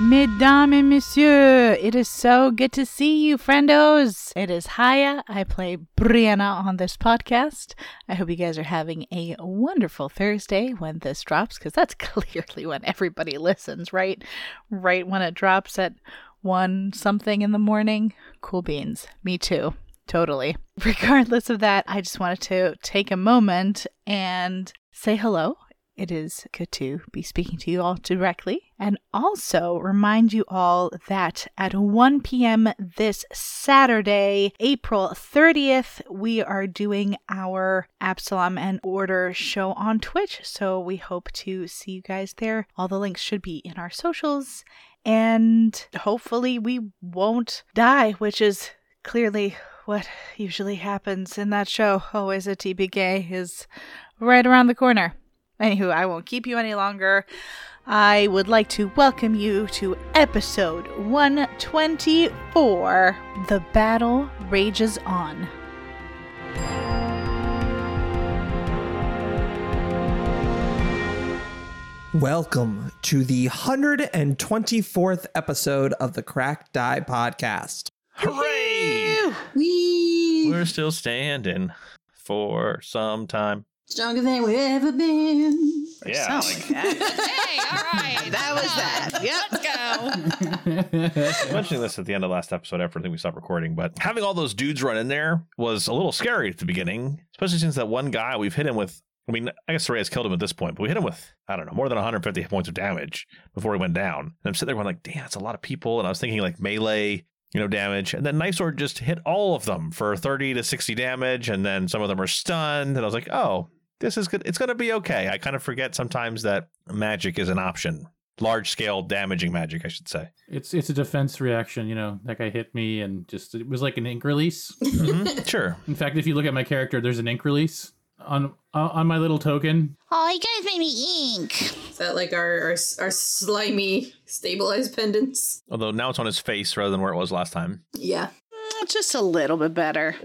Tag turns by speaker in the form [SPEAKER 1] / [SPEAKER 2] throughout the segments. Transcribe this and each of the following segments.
[SPEAKER 1] Mesdames et messieurs, it is so good to see you, friendos. It is Haya. I play Brianna on this podcast. I hope you guys are having a wonderful Thursday when this drops, because that's clearly when everybody listens, right? Right when it drops at one something in the morning. Cool beans. Me too. Totally. Regardless of that, I just wanted to take a moment and say hello it is good to be speaking to you all directly and also remind you all that at 1 p.m. this Saturday, April 30th, we are doing our Absalom and Order show on Twitch. So we hope to see you guys there. All the links should be in our socials. And hopefully, we won't die, which is clearly what usually happens in that show. Always a TBK is right around the corner. Anywho, I won't keep you any longer. I would like to welcome you to episode 124 The Battle Rages On.
[SPEAKER 2] Welcome to the 124th episode of the Crack Die Podcast.
[SPEAKER 3] Hooray!
[SPEAKER 1] Ew.
[SPEAKER 4] We
[SPEAKER 3] We're still standing for some time.
[SPEAKER 4] stronger than we've ever been.
[SPEAKER 3] Yeah.
[SPEAKER 1] Something like that.
[SPEAKER 5] Hey, all right.
[SPEAKER 6] That was that. Yep.
[SPEAKER 5] Let's go.
[SPEAKER 3] I mentioned this at the end of last episode after I think we stopped recording, but having all those dudes run in there was a little scary at the beginning, especially since that one guy we've hit him with. I mean, I guess Ray has killed him at this point, but we hit him with, I don't know, more than 150 points of damage before he went down. And I'm sitting there going like, damn, that's a lot of people. And I was thinking like melee, you know, damage. And then Knife Sword just hit all of them for 30 to 60 damage. And then some of them are stunned. And I was like, oh, this is good. It's going to be okay. I kind of forget sometimes that magic is an option. Large scale damaging magic, I should say.
[SPEAKER 7] It's it's a defense reaction, you know. That guy hit me, and just it was like an ink release.
[SPEAKER 3] Mhm, Sure.
[SPEAKER 7] In fact, if you look at my character, there's an ink release on on on my little token.
[SPEAKER 5] Oh, you guys made me ink.
[SPEAKER 4] Is that like our, our our slimy stabilized pendants?
[SPEAKER 3] Although now it's on his face rather than where it was last time.
[SPEAKER 4] Yeah.
[SPEAKER 1] Mm, Just a little bit better.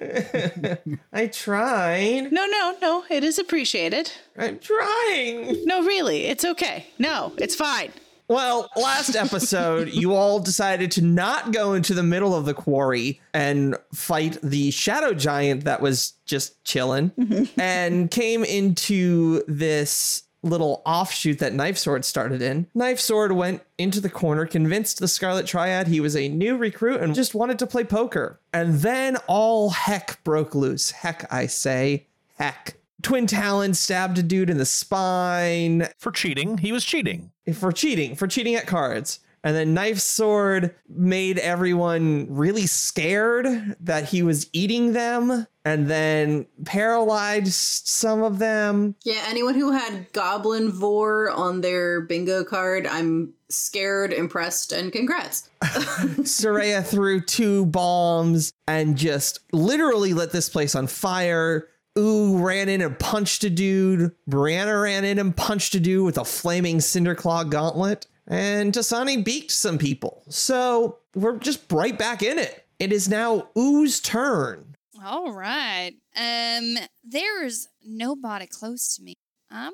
[SPEAKER 2] I tried.
[SPEAKER 6] No, no, no. It is appreciated.
[SPEAKER 2] I'm trying.
[SPEAKER 6] No, really. It's okay. No, it's fine.
[SPEAKER 2] Well, last episode, you all decided to not go into the middle of the quarry and fight the shadow giant that was just chilling and came into this little offshoot that Knife Sword started in. Knife Sword went into the corner, convinced the Scarlet Triad he was a new recruit and just wanted to play poker. And then all heck broke loose. Heck, I say, heck. Twin Talon stabbed a dude in the spine
[SPEAKER 3] For cheating, he was cheating.
[SPEAKER 2] for cheating, for cheating at cards. And then Knife Sword made everyone really scared that he was eating them and then paralyzed some of them.
[SPEAKER 4] Yeah, anyone who had Goblin Vor on their bingo card, I'm scared, impressed, and congrats.
[SPEAKER 2] Soraya threw two bombs and just literally lit this place on fire. Ooh ran in and punched a dude. Brianna ran in and punched a dude with a flaming Cinderclaw gauntlet. And Tasani beaked some people. So we're just right back in it. It is now Ooh's turn.
[SPEAKER 5] All right. Um, there's nobody close to me. I'm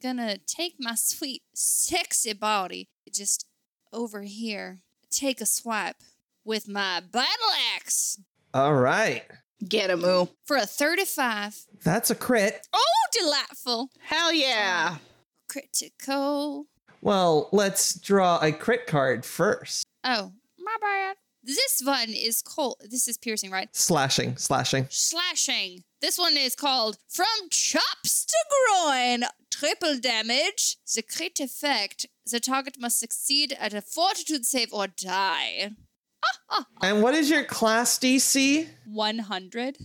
[SPEAKER 5] gonna take my sweet, sexy body just over here, take a swipe with my battle axe
[SPEAKER 2] All right.
[SPEAKER 6] Get a moo.
[SPEAKER 5] for a 35.
[SPEAKER 2] That's a crit.
[SPEAKER 5] Oh, delightful. Um,
[SPEAKER 6] Hell yeah.
[SPEAKER 5] Critical.
[SPEAKER 2] Well, let's draw a crit card first.
[SPEAKER 5] Oh, my bad. This one is called. This is piercing, right?
[SPEAKER 2] Slashing, slashing.
[SPEAKER 5] slashing. This one is called From Chops to Groin. Triple damage. The crit effect. The target must succeed at a fortitude save or die.
[SPEAKER 2] And what is your class DC?
[SPEAKER 5] 100.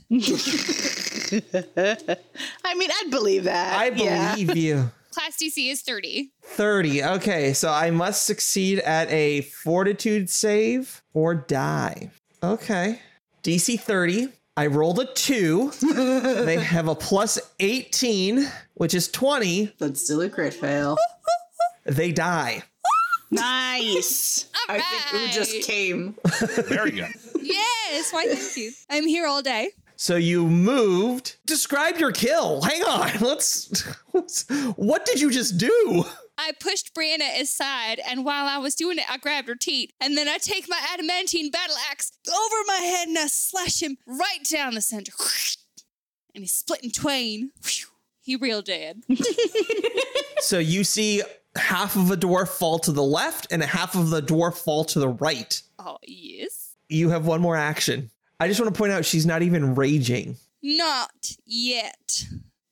[SPEAKER 6] I mean, I'd believe that.
[SPEAKER 2] I
[SPEAKER 6] Yeah.
[SPEAKER 2] believe you.
[SPEAKER 5] Class DC is 30.
[SPEAKER 2] 30. Okay, so I must succeed at a fortitude save or die. Okay. DC 30. I rolled a 2. they have a plus 18, which is 20.
[SPEAKER 4] That's still a crit fail.
[SPEAKER 2] They die.
[SPEAKER 6] Nice.
[SPEAKER 5] All
[SPEAKER 4] I
[SPEAKER 5] right.
[SPEAKER 4] think Ooh just came.
[SPEAKER 3] Very good.
[SPEAKER 5] yes, why thank you. I'm here all day.
[SPEAKER 2] So you moved. Describe your kill. Hang on. Let's, let's What did you just do?
[SPEAKER 5] I pushed Brianna aside, and while I was doing it, I grabbed her teat. And then I take my adamantine battle axe over my head and I slash him right down the center. And he's split in twain. He real dead.
[SPEAKER 2] So you see half of a dwarf fall to the left and half of the dwarf fall to the right.
[SPEAKER 5] Oh, yes.
[SPEAKER 2] You have one more action. I just want to point out she's not even raging.
[SPEAKER 5] Not yet.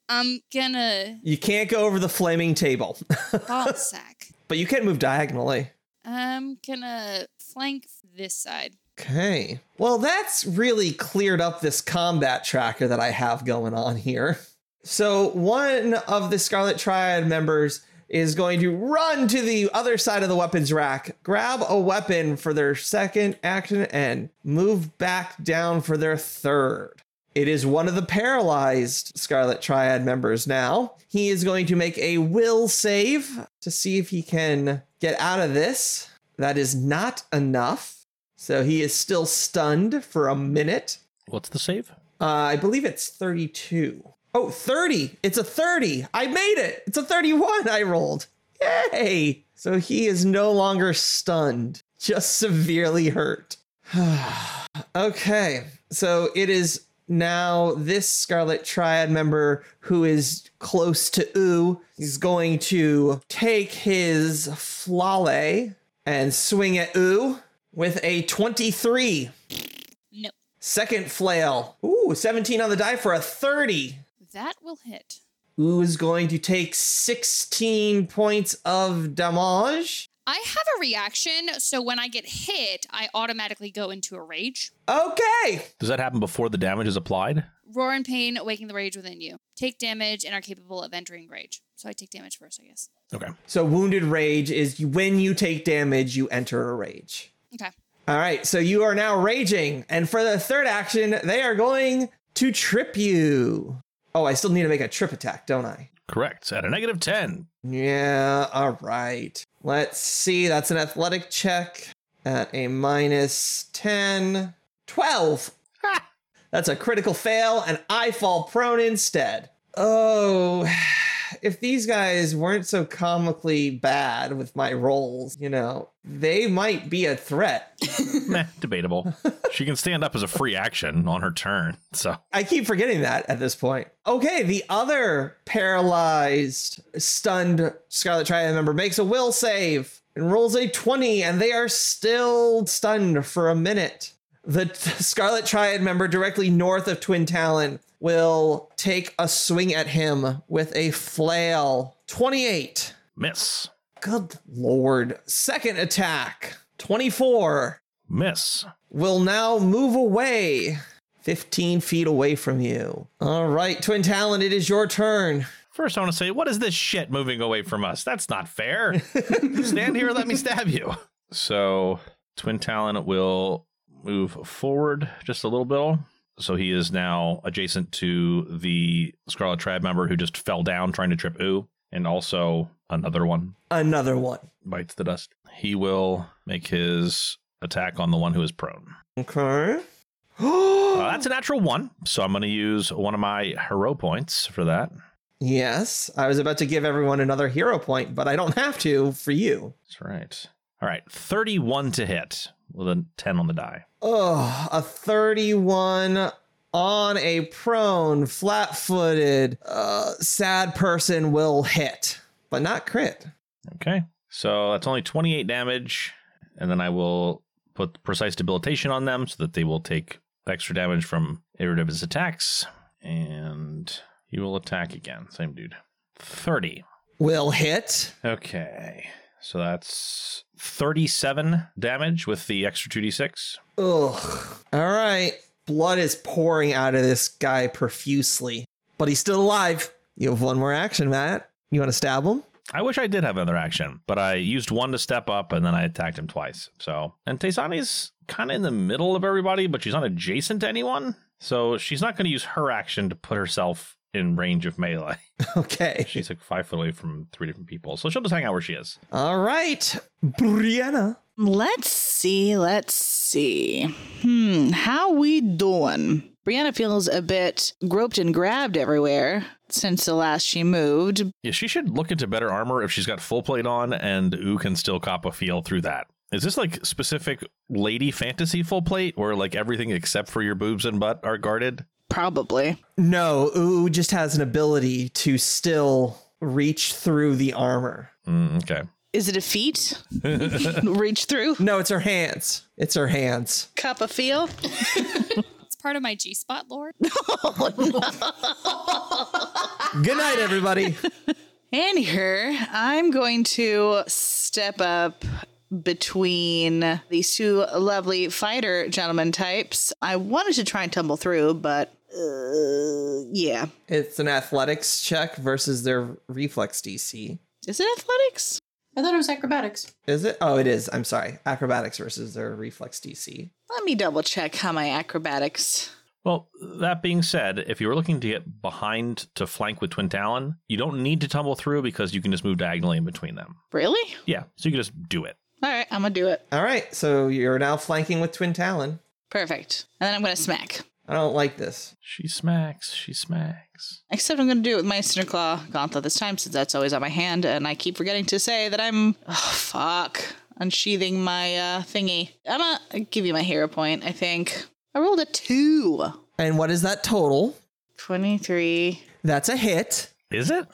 [SPEAKER 5] I'm gonna
[SPEAKER 2] You can't go over the flaming table,
[SPEAKER 5] ball sack.
[SPEAKER 2] but you can move diagonally.
[SPEAKER 5] I'm gonna flank this side.
[SPEAKER 2] Okay. Well, that's really cleared up this combat tracker that I have going on here. So, one of the Scarlet Triad members is going to run to the other side of the weapons rack, grab a weapon for their second action, and move back down for their third. It is one of the paralyzed Scarlet Triad members now. He is going to make a will save to see if he can get out of this. That is not enough. So he is still stunned for a minute.
[SPEAKER 3] What's the save?
[SPEAKER 2] Uh, I believe it's 32. Oh, 30. It's a 30. I made it. It's a 31 I rolled. Yay. So he is no longer stunned, just severely hurt. okay. So it is now this Scarlet Triad member who is close to Ooh. He's going to take his flale and swing at Ooh with a 23.
[SPEAKER 5] No.
[SPEAKER 2] Second flail. Ooh, 17 on the die for a 30.
[SPEAKER 5] That will hit.
[SPEAKER 2] Ooh is going to take 16 points of damage.
[SPEAKER 5] I have a reaction, so when I get hit, I automatically go into a rage.
[SPEAKER 2] Okay.
[SPEAKER 3] Does that happen before the damage is applied?
[SPEAKER 5] Roar in pain, awaking the rage within you. Take damage and are capable of entering rage. So I take damage first, I guess.
[SPEAKER 3] Okay.
[SPEAKER 2] So wounded rage is when you take damage, you enter a rage.
[SPEAKER 5] Okay.
[SPEAKER 2] All right, so you are now raging, and for the third action, they are going to trip you. Oh, I still need to make a trip attack, don't I?
[SPEAKER 3] Correct. At a negative 10.
[SPEAKER 2] Yeah, all right. Let's see. That's an athletic check at a minus 10. 12. That's a critical fail, and I fall prone instead. Oh, if these guys weren't so comically bad with my rolls, you know, they might be a threat.
[SPEAKER 3] Meh, debatable. She can stand up as a free action on her turn. So
[SPEAKER 2] I keep forgetting that at this point. Okay, the other paralyzed, stunned Scarlet Triad member makes a will save and rolls a 20, and they are still stunned for a minute. The t- Scarlet Triad member directly north of Twin Talon will take a swing at him with a flail. 28.
[SPEAKER 3] miss,
[SPEAKER 2] Good lord. Second attack. 24
[SPEAKER 3] miss.
[SPEAKER 2] will now move away 15 feet away from you. All right, Twin Talon, it is your turn.
[SPEAKER 3] First, I want to say, what is this shit moving away from us? That's not fair. Stand here, let me stab you. So, Twin Talon will move forward just a little bit. So he is now adjacent to the Scarlet Tribe member who just fell down trying to trip Ooh, and also another one
[SPEAKER 2] Another one.
[SPEAKER 3] bites the dust. He will make his attack on the one who is prone.
[SPEAKER 2] Okay.
[SPEAKER 3] Uh, that's a natural one, so I'm going to use one of my hero points for that.
[SPEAKER 2] yes, I was about to give everyone another hero point, but I don't have to for you.
[SPEAKER 3] That's right. All right, 31 to hit with a 10 on the die.
[SPEAKER 2] Oh, a 31 on a prone, flat footed, uh, sad person will hit, but not crit.
[SPEAKER 3] Okay, so that's only 28 damage, and then I will put precise debilitation on them so that they will take extra damage from either of his attacks, and he will attack again. Same dude. 30.
[SPEAKER 2] Will hit.
[SPEAKER 3] Okay, so that's 37 damage with the extra 2d6.
[SPEAKER 2] Ugh. All right. Blood is pouring out of this guy profusely, but he's still alive. You have one more action, Matt. You want to stab him?
[SPEAKER 3] I wish I did have another action, but I used one to step up and then I attacked him twice. So, and Taysani's kind of in the middle of everybody, but she's not adjacent to anyone. So she's not going to use her action to put herself in range of melee.
[SPEAKER 2] Okay.
[SPEAKER 3] She's like five foot away from three different people. So she'll just hang out where she is.
[SPEAKER 2] All right. Brianna.
[SPEAKER 1] Let's see. Let's see. Hmm. How we doing? Brianna feels a bit groped and grabbed everywhere since the last she moved.
[SPEAKER 3] Yeah, she should look into better armor if she's got full plate on and ooh can still cop a feel through that. Is this like specific lady fantasy full plate or like everything except for your boobs and butt are guarded?
[SPEAKER 1] Probably.
[SPEAKER 2] No, Ooh just has an ability to still reach through the armor.
[SPEAKER 3] Mm, okay.
[SPEAKER 1] Is it a feat? Reach through?
[SPEAKER 2] No, it's her hands. It's her hands.
[SPEAKER 1] Cup of feel?
[SPEAKER 5] It's part of my G spot lore.
[SPEAKER 2] Good night, everybody.
[SPEAKER 1] And here, I'm going to step up between these two lovely fighter gentleman types. I wanted to try and tumble through, but uh, yeah.
[SPEAKER 2] it's an athletics check versus their reflex DC.
[SPEAKER 1] Is it athletics?
[SPEAKER 4] I thought it was acrobatics.
[SPEAKER 2] Is it? Oh, it is. I'm sorry. Acrobatics versus their reflex DC.
[SPEAKER 1] Let me double check how my acrobatics.
[SPEAKER 3] Well, that being said, if you were looking to get behind to flank with Twin Talon, you don't need to tumble through because you can just move diagonally in between them.
[SPEAKER 1] Really?
[SPEAKER 3] Yeah, so you can just do it.
[SPEAKER 1] All right, I'm going to do it.
[SPEAKER 2] All right, so you're now flanking with Twin Talon.
[SPEAKER 1] Perfect. And then I'm going to smack.
[SPEAKER 2] I don't like this.
[SPEAKER 3] She smacks, she smacks.
[SPEAKER 1] Except I'm going to do it with my Cinder Claw Gauntlet this time, since that's always on my hand, and I keep forgetting to say that I'm. Oh, fuck. Unsheathing my uh, thingy. I'm going to give you my hero point, I think. I rolled a two.
[SPEAKER 2] And what is that total?
[SPEAKER 1] 23.
[SPEAKER 2] That's a hit.
[SPEAKER 3] Is it?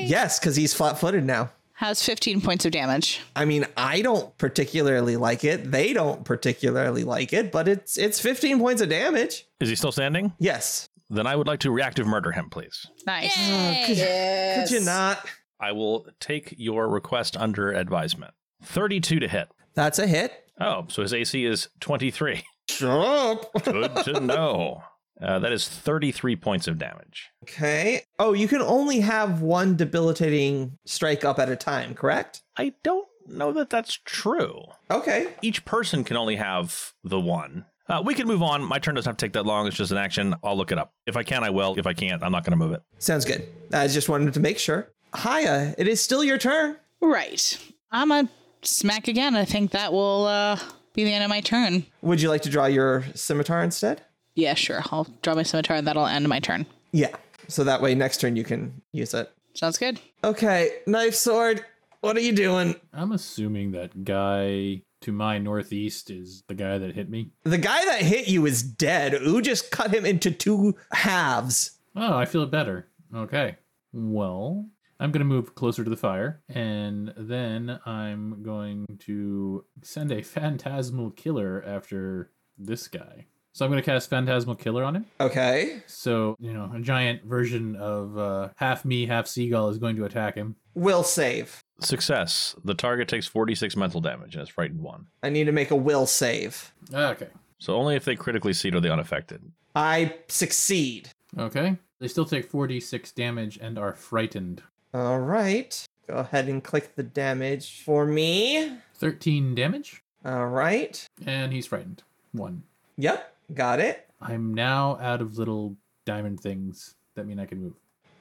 [SPEAKER 2] Yes, because he's flat footed now.
[SPEAKER 1] How's 15 points of damage?
[SPEAKER 2] I mean, I don't particularly like it. They don't particularly like it, but it's it's 15 points of damage.
[SPEAKER 3] Is he still standing?
[SPEAKER 2] Yes.
[SPEAKER 3] Then I would like to reactive murder him, please.
[SPEAKER 1] Nice.
[SPEAKER 5] Yay!
[SPEAKER 4] Yes.
[SPEAKER 2] Could you not?
[SPEAKER 3] I will take your request under advisement. 32 to hit.
[SPEAKER 2] That's a hit.
[SPEAKER 3] Oh, so his AC is 23.
[SPEAKER 2] Shut up.
[SPEAKER 3] Good to know. Uh, that is 33 points of damage.
[SPEAKER 2] Okay. Oh, you can only have one debilitating strike up at a time, correct?
[SPEAKER 3] I don't know that that's true.
[SPEAKER 2] Okay.
[SPEAKER 3] Each person can only have the one. Uh, we can move on. My turn doesn't have to take that long. It's just an action. I'll look it up. If I can, I will. If I can't, I'm not going to move it.
[SPEAKER 2] Sounds good. I just wanted to make sure. Haya, it is still your turn.
[SPEAKER 1] Right. I'm going to smack again. I think that will uh, be the end of my turn.
[SPEAKER 2] Would you like to draw your scimitar instead?
[SPEAKER 1] Yeah, sure. I'll draw my scimitar, and that'll end my turn.
[SPEAKER 2] Yeah. So that way next turn you can use it.
[SPEAKER 1] Sounds good.
[SPEAKER 2] Okay, knife sword. What are you doing?
[SPEAKER 7] I'm assuming that guy to my northeast is the guy that hit me.
[SPEAKER 2] The guy that hit you is dead. Ooh just cut him into two halves.
[SPEAKER 7] Oh, I feel better. Okay. Well, I'm going to move closer to the fire, and then I'm going to send a phantasmal killer after this guy. So I'm going to cast phantasmal killer on him.
[SPEAKER 2] Okay.
[SPEAKER 7] So, you know, a giant version of uh, half me, half seagull is going to attack him.
[SPEAKER 2] Will save.
[SPEAKER 3] Success. The target takes 46 mental damage and is frightened one.
[SPEAKER 2] I need to make a will save.
[SPEAKER 7] Ah, Okay.
[SPEAKER 3] So only if they critically seed are they unaffected.
[SPEAKER 2] I succeed.
[SPEAKER 7] Okay. They still take 46 damage and are frightened.
[SPEAKER 2] All right. Go ahead and click the damage for me.
[SPEAKER 7] 13 damage,
[SPEAKER 2] All right.
[SPEAKER 7] and he's frightened. One.
[SPEAKER 2] Yep. Got it.
[SPEAKER 7] I'm now out of little diamond things that mean I can move.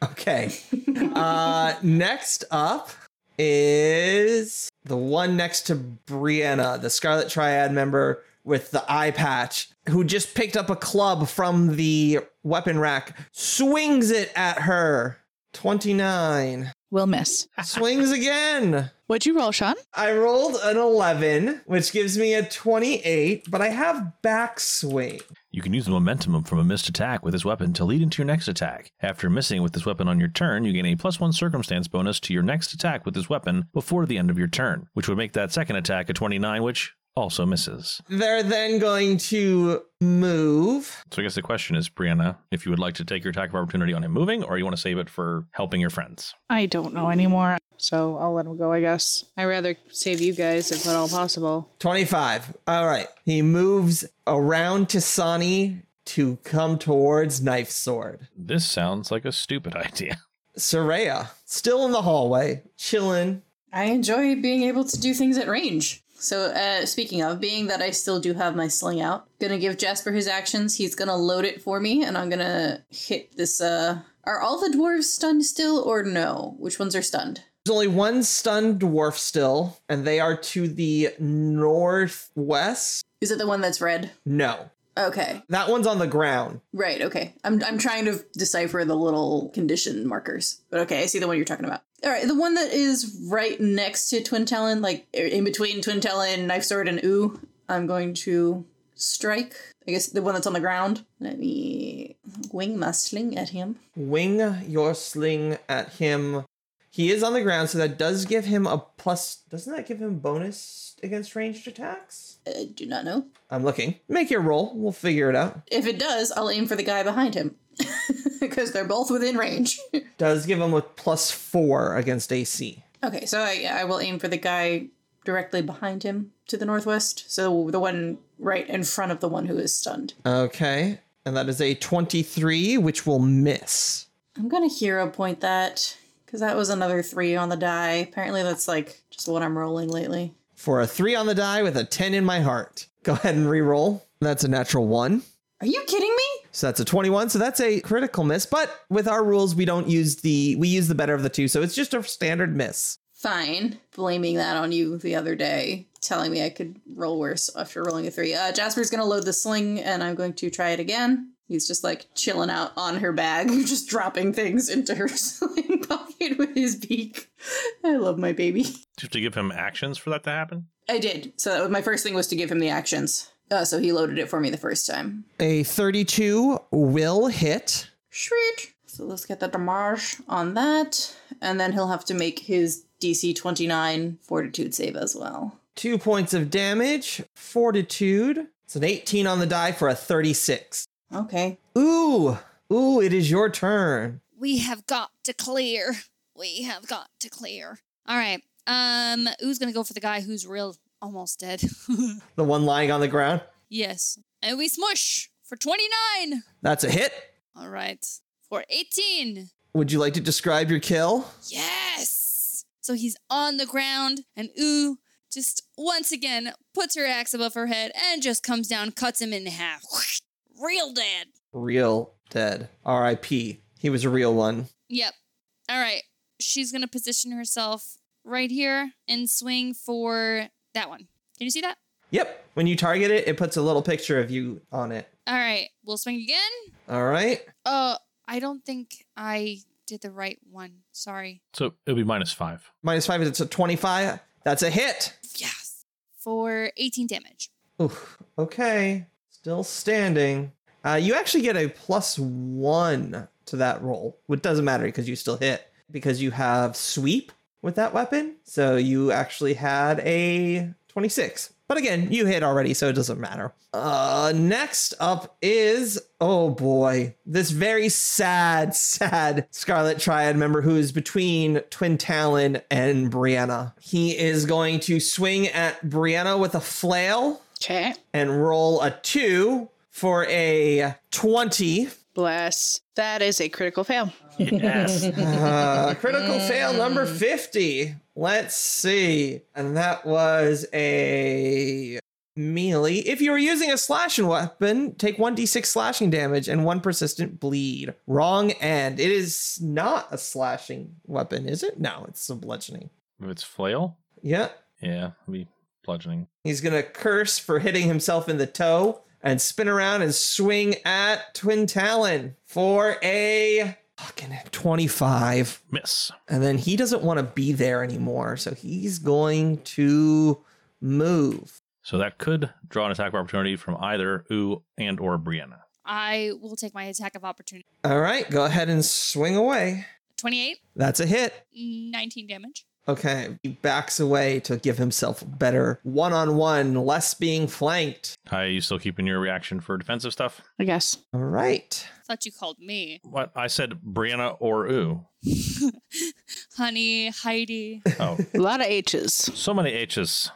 [SPEAKER 2] Okay. uh, next up is the one next to Brianna, the Scarlet Triad member with the eye patch, who just picked up a club from the weapon rack, swings it at her. 29.
[SPEAKER 1] Will miss.
[SPEAKER 2] Swings again.
[SPEAKER 1] What'd you roll, Sean?
[SPEAKER 2] I rolled an 11, which gives me a 28, but I have backswing.
[SPEAKER 3] You can use the momentum from a missed attack with this weapon to lead into your next attack. After missing with this weapon on your turn, you gain a plus one circumstance bonus to your next attack with this weapon before the end of your turn, which would make that second attack a 29, which also misses.
[SPEAKER 2] They're then going to move.
[SPEAKER 3] So I guess the question is, Brianna, if you would like to take your attack of opportunity on him moving, or you want to save it for helping your friends.
[SPEAKER 1] I don't know anymore, so I'll let him go, I guess. I'd rather save you guys if at all possible.
[SPEAKER 2] 25. All right. He moves around to Sonny to come towards Knife Sword.
[SPEAKER 3] This sounds like a stupid idea.
[SPEAKER 2] Soraya, still in the hallway, chilling.
[SPEAKER 4] I enjoy being able to do things at range. So, uh, speaking of, being that I still do have my sling out, gonna give Jasper his actions. He's gonna load it for me, and I'm gonna hit this. Uh, are all the dwarves stunned still, or no? Which ones are stunned?
[SPEAKER 2] There's only one stunned dwarf still, and they are to the northwest.
[SPEAKER 4] Is it the one that's red?
[SPEAKER 2] No.
[SPEAKER 4] Okay.
[SPEAKER 2] That one's on the ground.
[SPEAKER 4] Right. Okay. I'm I'm trying to decipher the little condition markers. But okay, I see the one you're talking about. All right, the one that is right next to Twin Talon, like in between Twin Talon, Knife Sword, and Ooh. I'm going to strike. I guess the one that's on the ground. Let me wing my sling at him.
[SPEAKER 2] Wing your sling at him. He is on the ground, so that does give him a plus. Doesn't that give him bonus against ranged attacks?
[SPEAKER 4] I Uh, do not know.
[SPEAKER 2] I'm looking. Make your roll. We'll figure it out.
[SPEAKER 4] If it does, I'll aim for the guy behind him because they're both within range.
[SPEAKER 2] Does give him a plus four against AC.
[SPEAKER 4] okay, so I I will aim for the guy directly behind him to the northwest. So the one right in front of the one who is stunned.
[SPEAKER 2] Okay. And that is a 23, which will miss.
[SPEAKER 4] I'm gonna hero point that because that was another three on the die. Apparently, that's like just what I'm rolling lately.
[SPEAKER 2] For a three on the die with a 10 in my heart. Go ahead and re-roll. That's a natural one.
[SPEAKER 4] Are you kidding me?
[SPEAKER 2] So that's a 21. So that's a critical miss. But with our rules, we don't use the we use the better of the two. So it's just a standard miss.
[SPEAKER 4] Fine, blaming that on you the other day, telling me I could roll worse after rolling a three. Uh, Jasper's gonna load the sling, and I'm going to try it again. He's just like chilling out on her bag, just dropping things into her sling pocket with his beak. I love my baby.
[SPEAKER 3] Do you have to give him actions for that to happen?
[SPEAKER 4] I did. So that was, my first thing was to give him the actions. Uh, so he loaded it for me the first time.
[SPEAKER 2] A 32 will hit.
[SPEAKER 4] Shreet. So let's get the damage on that. And then he'll have to make his DC 29 fortitude save as well.
[SPEAKER 2] Two points of damage. Fortitude. It's an 18 on the die for a 36.
[SPEAKER 4] Okay.
[SPEAKER 2] Ooh. Ooh, it is your turn.
[SPEAKER 5] We have got to clear. We have got to clear. All right. Um, who's gonna go for the guy who's real almost dead?
[SPEAKER 2] The one lying on the ground.
[SPEAKER 5] yes. And we smush for 29.
[SPEAKER 2] That's a hit.
[SPEAKER 5] All right. For 18.
[SPEAKER 2] Would you like to describe your kill?
[SPEAKER 5] Yes. So he's on the ground, and Ooh just once again puts her axe above her head and just comes down, cuts him in half. Real dead.
[SPEAKER 2] Real dead. R.I.P. He was a real one.
[SPEAKER 5] Yep. All right. She's going to position herself right here and swing for that one. Can you see that?
[SPEAKER 2] Yep. When you target it, it puts a little picture of you on it.
[SPEAKER 5] All right. We'll swing again.
[SPEAKER 2] All right.
[SPEAKER 5] Uh, I don't think I did the right one. Sorry.
[SPEAKER 3] So it'll be minus five.
[SPEAKER 2] Minus five, it's a 25. That's a hit.
[SPEAKER 5] Yes. For 18 damage.
[SPEAKER 2] Oof. Okay. Still standing. Uh, you actually get a plus one to that roll, which doesn't matter because you still hit because you have sweep with that weapon. So you actually had a 26. But again, you hit already, so it doesn't matter. Uh, next up is, oh boy, this very sad, sad Scarlet Triad member who is between Twin Talon and Brianna. He is going to swing at Brianna with a flail
[SPEAKER 1] Okay.
[SPEAKER 2] and roll a two for a 20.
[SPEAKER 1] Bless. That is a critical fail.
[SPEAKER 3] Yes.
[SPEAKER 2] Uh, critical fail number 50. Let's see. And that was a melee. If you were using a slashing weapon, take 1d6 slashing damage and one persistent bleed. Wrong end. It is not a slashing weapon, is it? No, it's a bludgeoning.
[SPEAKER 3] if it's flail,
[SPEAKER 2] Yeah.
[SPEAKER 3] yeah, it'll be bludgeoning.
[SPEAKER 2] He's going to curse for hitting himself in the toe and spin around and swing at Twin Talon for a fucking 25.
[SPEAKER 3] Miss.
[SPEAKER 2] And then he doesn't want to be there anymore. So he's going to move.
[SPEAKER 3] So that could draw an attack of opportunity from either Ooh and or Brianna.
[SPEAKER 5] I will take my attack of opportunity.
[SPEAKER 2] All right, go ahead and swing away.
[SPEAKER 5] 28,
[SPEAKER 2] That's a hit.
[SPEAKER 5] 19 damage.
[SPEAKER 2] Okay, he backs away to give himself better one on one, less being flanked.
[SPEAKER 3] Hi, you still keeping your reaction for defensive stuff?
[SPEAKER 1] I guess.
[SPEAKER 2] All right.
[SPEAKER 5] Thought you called me.
[SPEAKER 3] What I said, Brianna or Ooh.
[SPEAKER 5] Honey, Heidi.
[SPEAKER 3] Oh,
[SPEAKER 1] A lot of H's.
[SPEAKER 3] so many H's.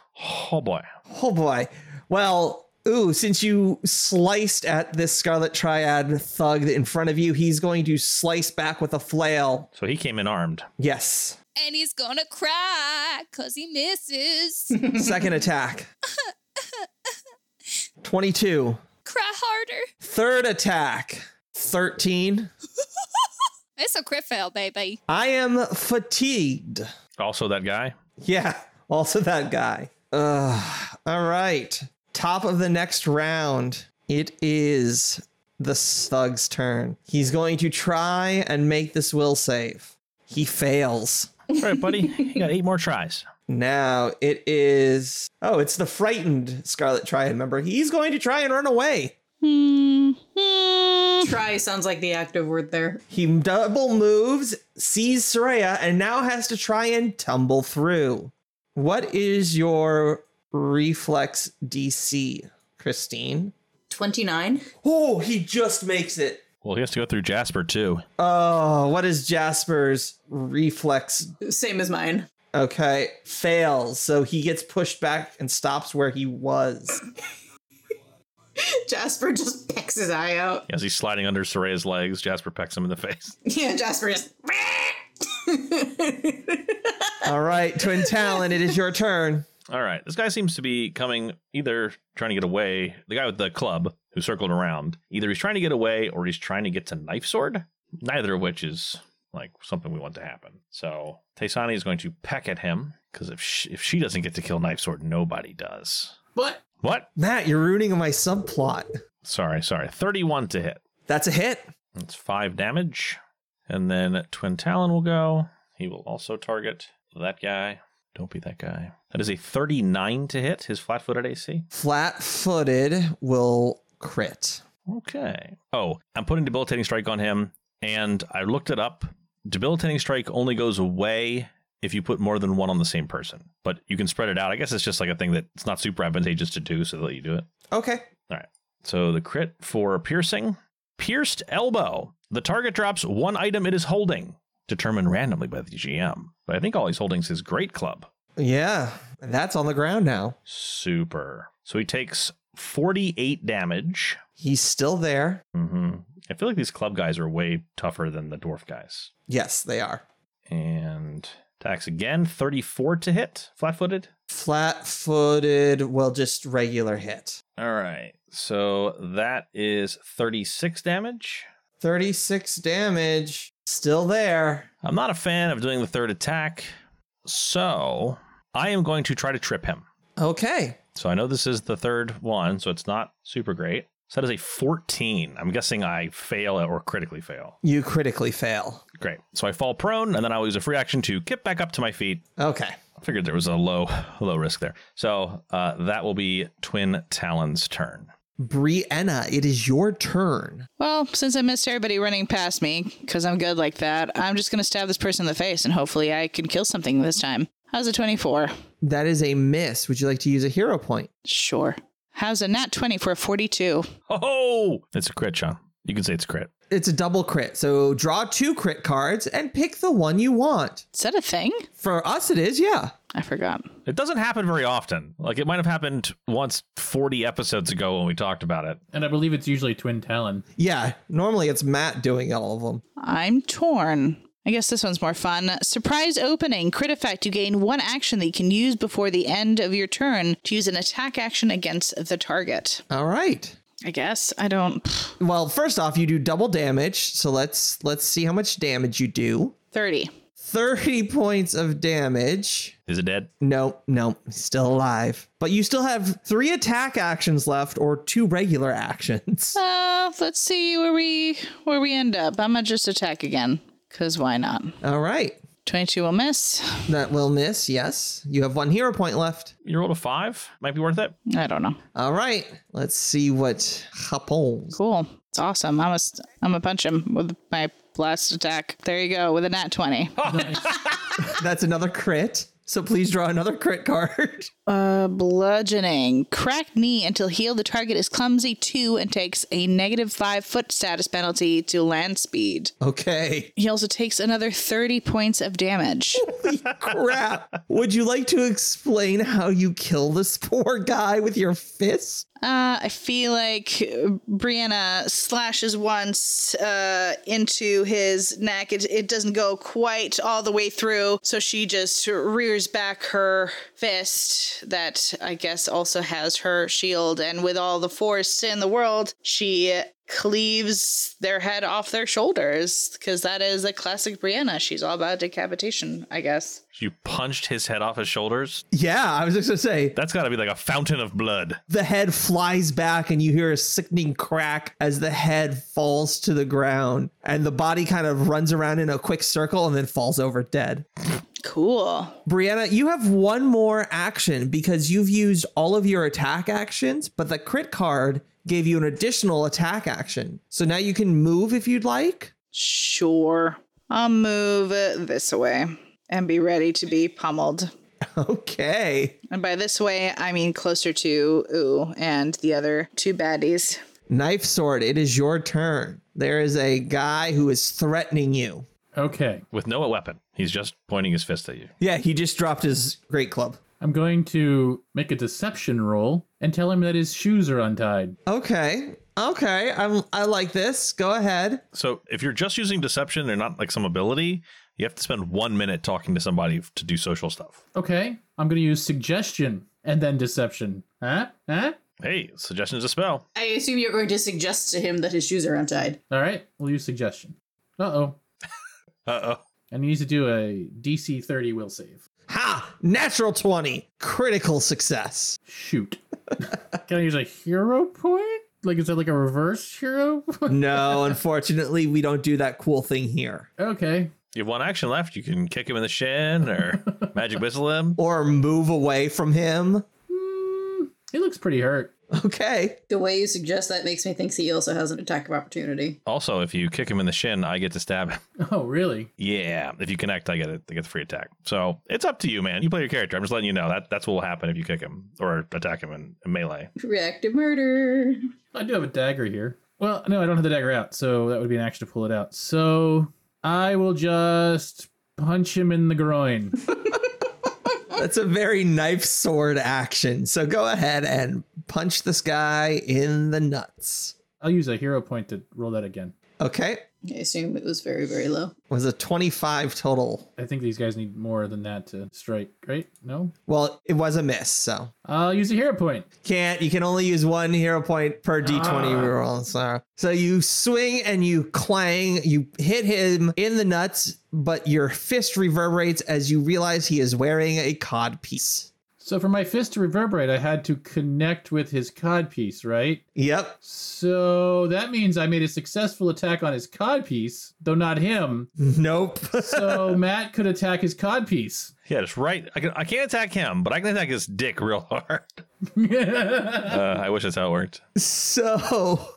[SPEAKER 3] Oh boy.
[SPEAKER 2] Oh boy. Well, ooh, since you sliced at this Scarlet Triad thug in front of you, he's going to slice back with a flail.
[SPEAKER 3] So he came in armed.
[SPEAKER 2] Yes.
[SPEAKER 5] and he's gonna cry because he misses.
[SPEAKER 2] Second attack 22.
[SPEAKER 5] cry harder.
[SPEAKER 2] Third attack 13.
[SPEAKER 5] It's a crit fail, baby.
[SPEAKER 2] I am fatigued.
[SPEAKER 3] Also that guy.
[SPEAKER 2] Yeah, also that guy. Ugh. All right. Top of the next round. It is the thug's turn. He's going to try and make this will save. He fails.
[SPEAKER 3] All right, buddy. You got eight more tries.
[SPEAKER 2] Now it is. Oh, it's the frightened Scarlet Triad member. He's going to try and run away.
[SPEAKER 4] Try sounds like the active word there.
[SPEAKER 2] He double moves, sees Soraya, and now has to try and tumble through. What is your reflex DC, Christine?
[SPEAKER 4] 29.
[SPEAKER 2] Oh, he just makes it.
[SPEAKER 3] Well, he has to go through Jasper too.
[SPEAKER 2] Oh, what is Jasper's reflex?
[SPEAKER 4] Same as mine.
[SPEAKER 2] Okay, fails. So he gets pushed back and stops where he was.
[SPEAKER 4] Jasper just pecks his eye out.
[SPEAKER 3] As he's sliding under Soraya's legs, Jasper pecks him in the face.
[SPEAKER 4] Yeah, Jasper just.
[SPEAKER 2] All right, Twin Talon, it is your turn.
[SPEAKER 3] All right, this guy seems to be coming either trying to get away. The guy with the club who circled around, either he's trying to get away or he's trying to get to Knife Sword. Neither of which is like something we want to happen. So Taysani is going to peck at him because if she, if she doesn't get to kill Knife Sword, nobody does.
[SPEAKER 7] What?
[SPEAKER 3] What?
[SPEAKER 2] Matt, you're ruining my subplot.
[SPEAKER 3] Sorry, sorry. Thirty-one to hit.
[SPEAKER 2] That's a hit.
[SPEAKER 3] That's five damage. And then Twin Talon will go. He will also target that guy. Don't be that guy. That is a 39 to hit his flat footed AC.
[SPEAKER 2] Flat footed will crit.
[SPEAKER 3] Okay. Oh, I'm putting Debilitating Strike on him, and I looked it up. Debilitating Strike only goes away if you put more than one on the same person, but you can spread it out. I guess it's just like a thing that it's not super advantageous to do, so they let you do it.
[SPEAKER 2] Okay.
[SPEAKER 3] So the crit for piercing, pierced elbow. The target drops one item it is holding, determined randomly by the GM. But I think all he's holding is his great club.
[SPEAKER 2] Yeah, that's on the ground now.
[SPEAKER 3] Super. So he takes 48 damage.
[SPEAKER 2] He's still there.
[SPEAKER 3] hmm I feel like these club guys are way tougher than the dwarf guys.
[SPEAKER 2] Yes, they are.
[SPEAKER 3] And attacks again, 34 to hit, flat footed.
[SPEAKER 2] Flat footed, well, just regular hit.
[SPEAKER 3] All right. So that is 36 damage.
[SPEAKER 2] 36 damage. Still there.
[SPEAKER 3] I'm not a fan of doing the third attack, so I am going to try to trip him.
[SPEAKER 2] Okay.
[SPEAKER 3] So I know this is the third one, so it's not super great. So that is a 14. I'm guessing I fail or critically fail.
[SPEAKER 2] You critically fail.
[SPEAKER 3] Great. So I fall prone, and then I will use a free action to get back up to my feet.
[SPEAKER 2] Okay.
[SPEAKER 3] I figured there was a low, low risk there. So uh, that will be Twin Talon's turn.
[SPEAKER 2] Brianna, it is your turn.
[SPEAKER 1] Well, since I missed everybody running past me, because I'm good like that, I'm just going to stab this person in the face and hopefully I can kill something this time. How's a 24?
[SPEAKER 2] That is a miss. Would you like to use a hero point?
[SPEAKER 1] Sure. How's a nat 20 for a 42?
[SPEAKER 3] Oh, it's a crit, Sean. You can say it's a crit.
[SPEAKER 2] It's a double crit. So draw two crit cards and pick the one you want.
[SPEAKER 1] Is that a thing?
[SPEAKER 2] For us, it is, yeah.
[SPEAKER 1] I forgot.
[SPEAKER 3] It doesn't happen very often. Like it might have happened once 40 episodes ago when we talked about it.
[SPEAKER 7] And I believe it's usually Twin Talon.
[SPEAKER 2] Yeah, normally it's Matt doing all of them.
[SPEAKER 1] I'm torn. I guess this one's more fun. Surprise opening. Crit effect. You gain one action that you can use before the end of your turn to use an attack action against the target.
[SPEAKER 2] All right.
[SPEAKER 1] I guess. I don't. pff,
[SPEAKER 2] Well, first off, you do double damage, so let's let's see how much damage you do.
[SPEAKER 1] 30.
[SPEAKER 2] 30 points of damage.
[SPEAKER 3] Is it dead?
[SPEAKER 2] No, no, he's still alive. But you still have 3 attack actions left or 2 regular actions.
[SPEAKER 1] Uh, let's see where we where we end up. I'm gonna just attack again, cause why not?
[SPEAKER 2] All right.
[SPEAKER 1] Twenty-two will miss.
[SPEAKER 2] That will miss. Yes. You have 1 hero point left.
[SPEAKER 3] You rolled a five. Might be worth it.
[SPEAKER 1] I don't know.
[SPEAKER 2] All right. Let's see what happens.
[SPEAKER 1] Cool. It's awesome. I'm a st- I'm a punch him with my blast attack. There you go with a nat twenty.
[SPEAKER 2] That's another crit. So please draw another crit card.
[SPEAKER 1] Uh, bludgeoning. Cracked knee until healed. The target is clumsy two and takes a negative five foot status penalty to land speed.
[SPEAKER 2] Okay.
[SPEAKER 1] He also takes another thirty points of damage.
[SPEAKER 2] Crap. Would you like to explain how you kill this poor guy with your fist?
[SPEAKER 1] Uh, I feel like Brianna slashes once uh, into his neck. It, it doesn't go quite all the way through, so she just rears back her fist that I guess also has her shield. And with all the force in the world, she cleaves their head off their shoulders because that is a classic Brianna. She's all about decapitation, I guess.
[SPEAKER 3] You punched his head off his shoulders.
[SPEAKER 2] Yeah, I was just gonna say
[SPEAKER 3] That's got to be like a fountain of blood.
[SPEAKER 2] the head flies back and you hear a sickening crack as the head falls to the ground and the body kind of runs around in a quick circle and then falls over dead.
[SPEAKER 1] Cool.
[SPEAKER 2] Brianna, you have one more action because you've used all of your attack actions, but the crit card gave you an additional attack action. So now you can move if you'd like.
[SPEAKER 1] Sure. I'll move uh, this way and be ready to be pummeled.
[SPEAKER 2] Okay.
[SPEAKER 1] And by this way, I mean closer to Ooh and the other two baddies.
[SPEAKER 2] Knife sword, it is your turn. There is a guy who is threatening you.
[SPEAKER 7] Okay.
[SPEAKER 3] with no weapon. He's just pointing his fist at you.
[SPEAKER 2] Yeah, he just dropped his great club.
[SPEAKER 7] I'm going to make a deception roll and tell him that his shoes are untied.
[SPEAKER 2] Okay. Okay. I'm I like this. Go ahead.
[SPEAKER 3] So if you're just using deception and not like some ability, you have to spend one minute talking to somebody f- to do social stuff.
[SPEAKER 7] Okay. I'm going to use suggestion and then deception. Huh? Huh?
[SPEAKER 3] Hey, suggestion is a spell.
[SPEAKER 4] I assume you're going to suggest to him that his shoes are untied.
[SPEAKER 7] All right. We'll use suggestion. Uh oh.
[SPEAKER 3] Uh oh.
[SPEAKER 7] And he needs to do a DC 30 will save.
[SPEAKER 2] Ha! Natural 20. Critical success.
[SPEAKER 7] Shoot. Can I use a hero point? Like, is that like a reverse hero? point?
[SPEAKER 2] No, unfortunately, we don't do that cool thing here.
[SPEAKER 7] okay.
[SPEAKER 3] You have one action left. You can kick him in the shin or magic missile him.
[SPEAKER 2] Or move away from him.
[SPEAKER 7] He looks pretty hurt.
[SPEAKER 2] Okay.
[SPEAKER 4] The way you suggest that makes me think he also has an attack of opportunity.
[SPEAKER 3] Also, if you kick him in the shin, I get to stab him.
[SPEAKER 7] Oh, really?
[SPEAKER 3] Yeah, if you connect, I get it. I get the free attack. So it's up to you, man. You play your character. I'm just letting you know that that's what will happen if you kick him or attack him in, in melee.
[SPEAKER 4] Reactive murder.
[SPEAKER 7] I do have a dagger here. Well, no, I don't have the dagger out, so that would be an action to pull it out. So I will just punch him in the groin.
[SPEAKER 2] That's a very knife sword action. So go ahead and punch this guy in the nuts.
[SPEAKER 7] I'll use a hero point to roll that again.
[SPEAKER 2] Okay.
[SPEAKER 4] I assume it was very, very low.
[SPEAKER 2] Was a 25 total.
[SPEAKER 7] I think these guys need more than that to strike, right? No?
[SPEAKER 2] Well, it was a miss, so
[SPEAKER 7] I'll use a hero point.
[SPEAKER 2] Can't you can only use one hero point per D20 reroll. So so you swing and you clang, you hit him in the nuts, but your fist reverberates as you realize he is wearing a cod piece.
[SPEAKER 7] So for my fist to reverberate, I had to connect with his codpiece, right?
[SPEAKER 2] Yep.
[SPEAKER 7] So that means I made a successful attack on his codpiece, though not him.
[SPEAKER 2] Nope.
[SPEAKER 7] So Matt could attack his codpiece.
[SPEAKER 3] Yeah, just right. I, can, I can't attack him, but I can attack his dick real hard. Uh, I wish that's how it worked.
[SPEAKER 2] so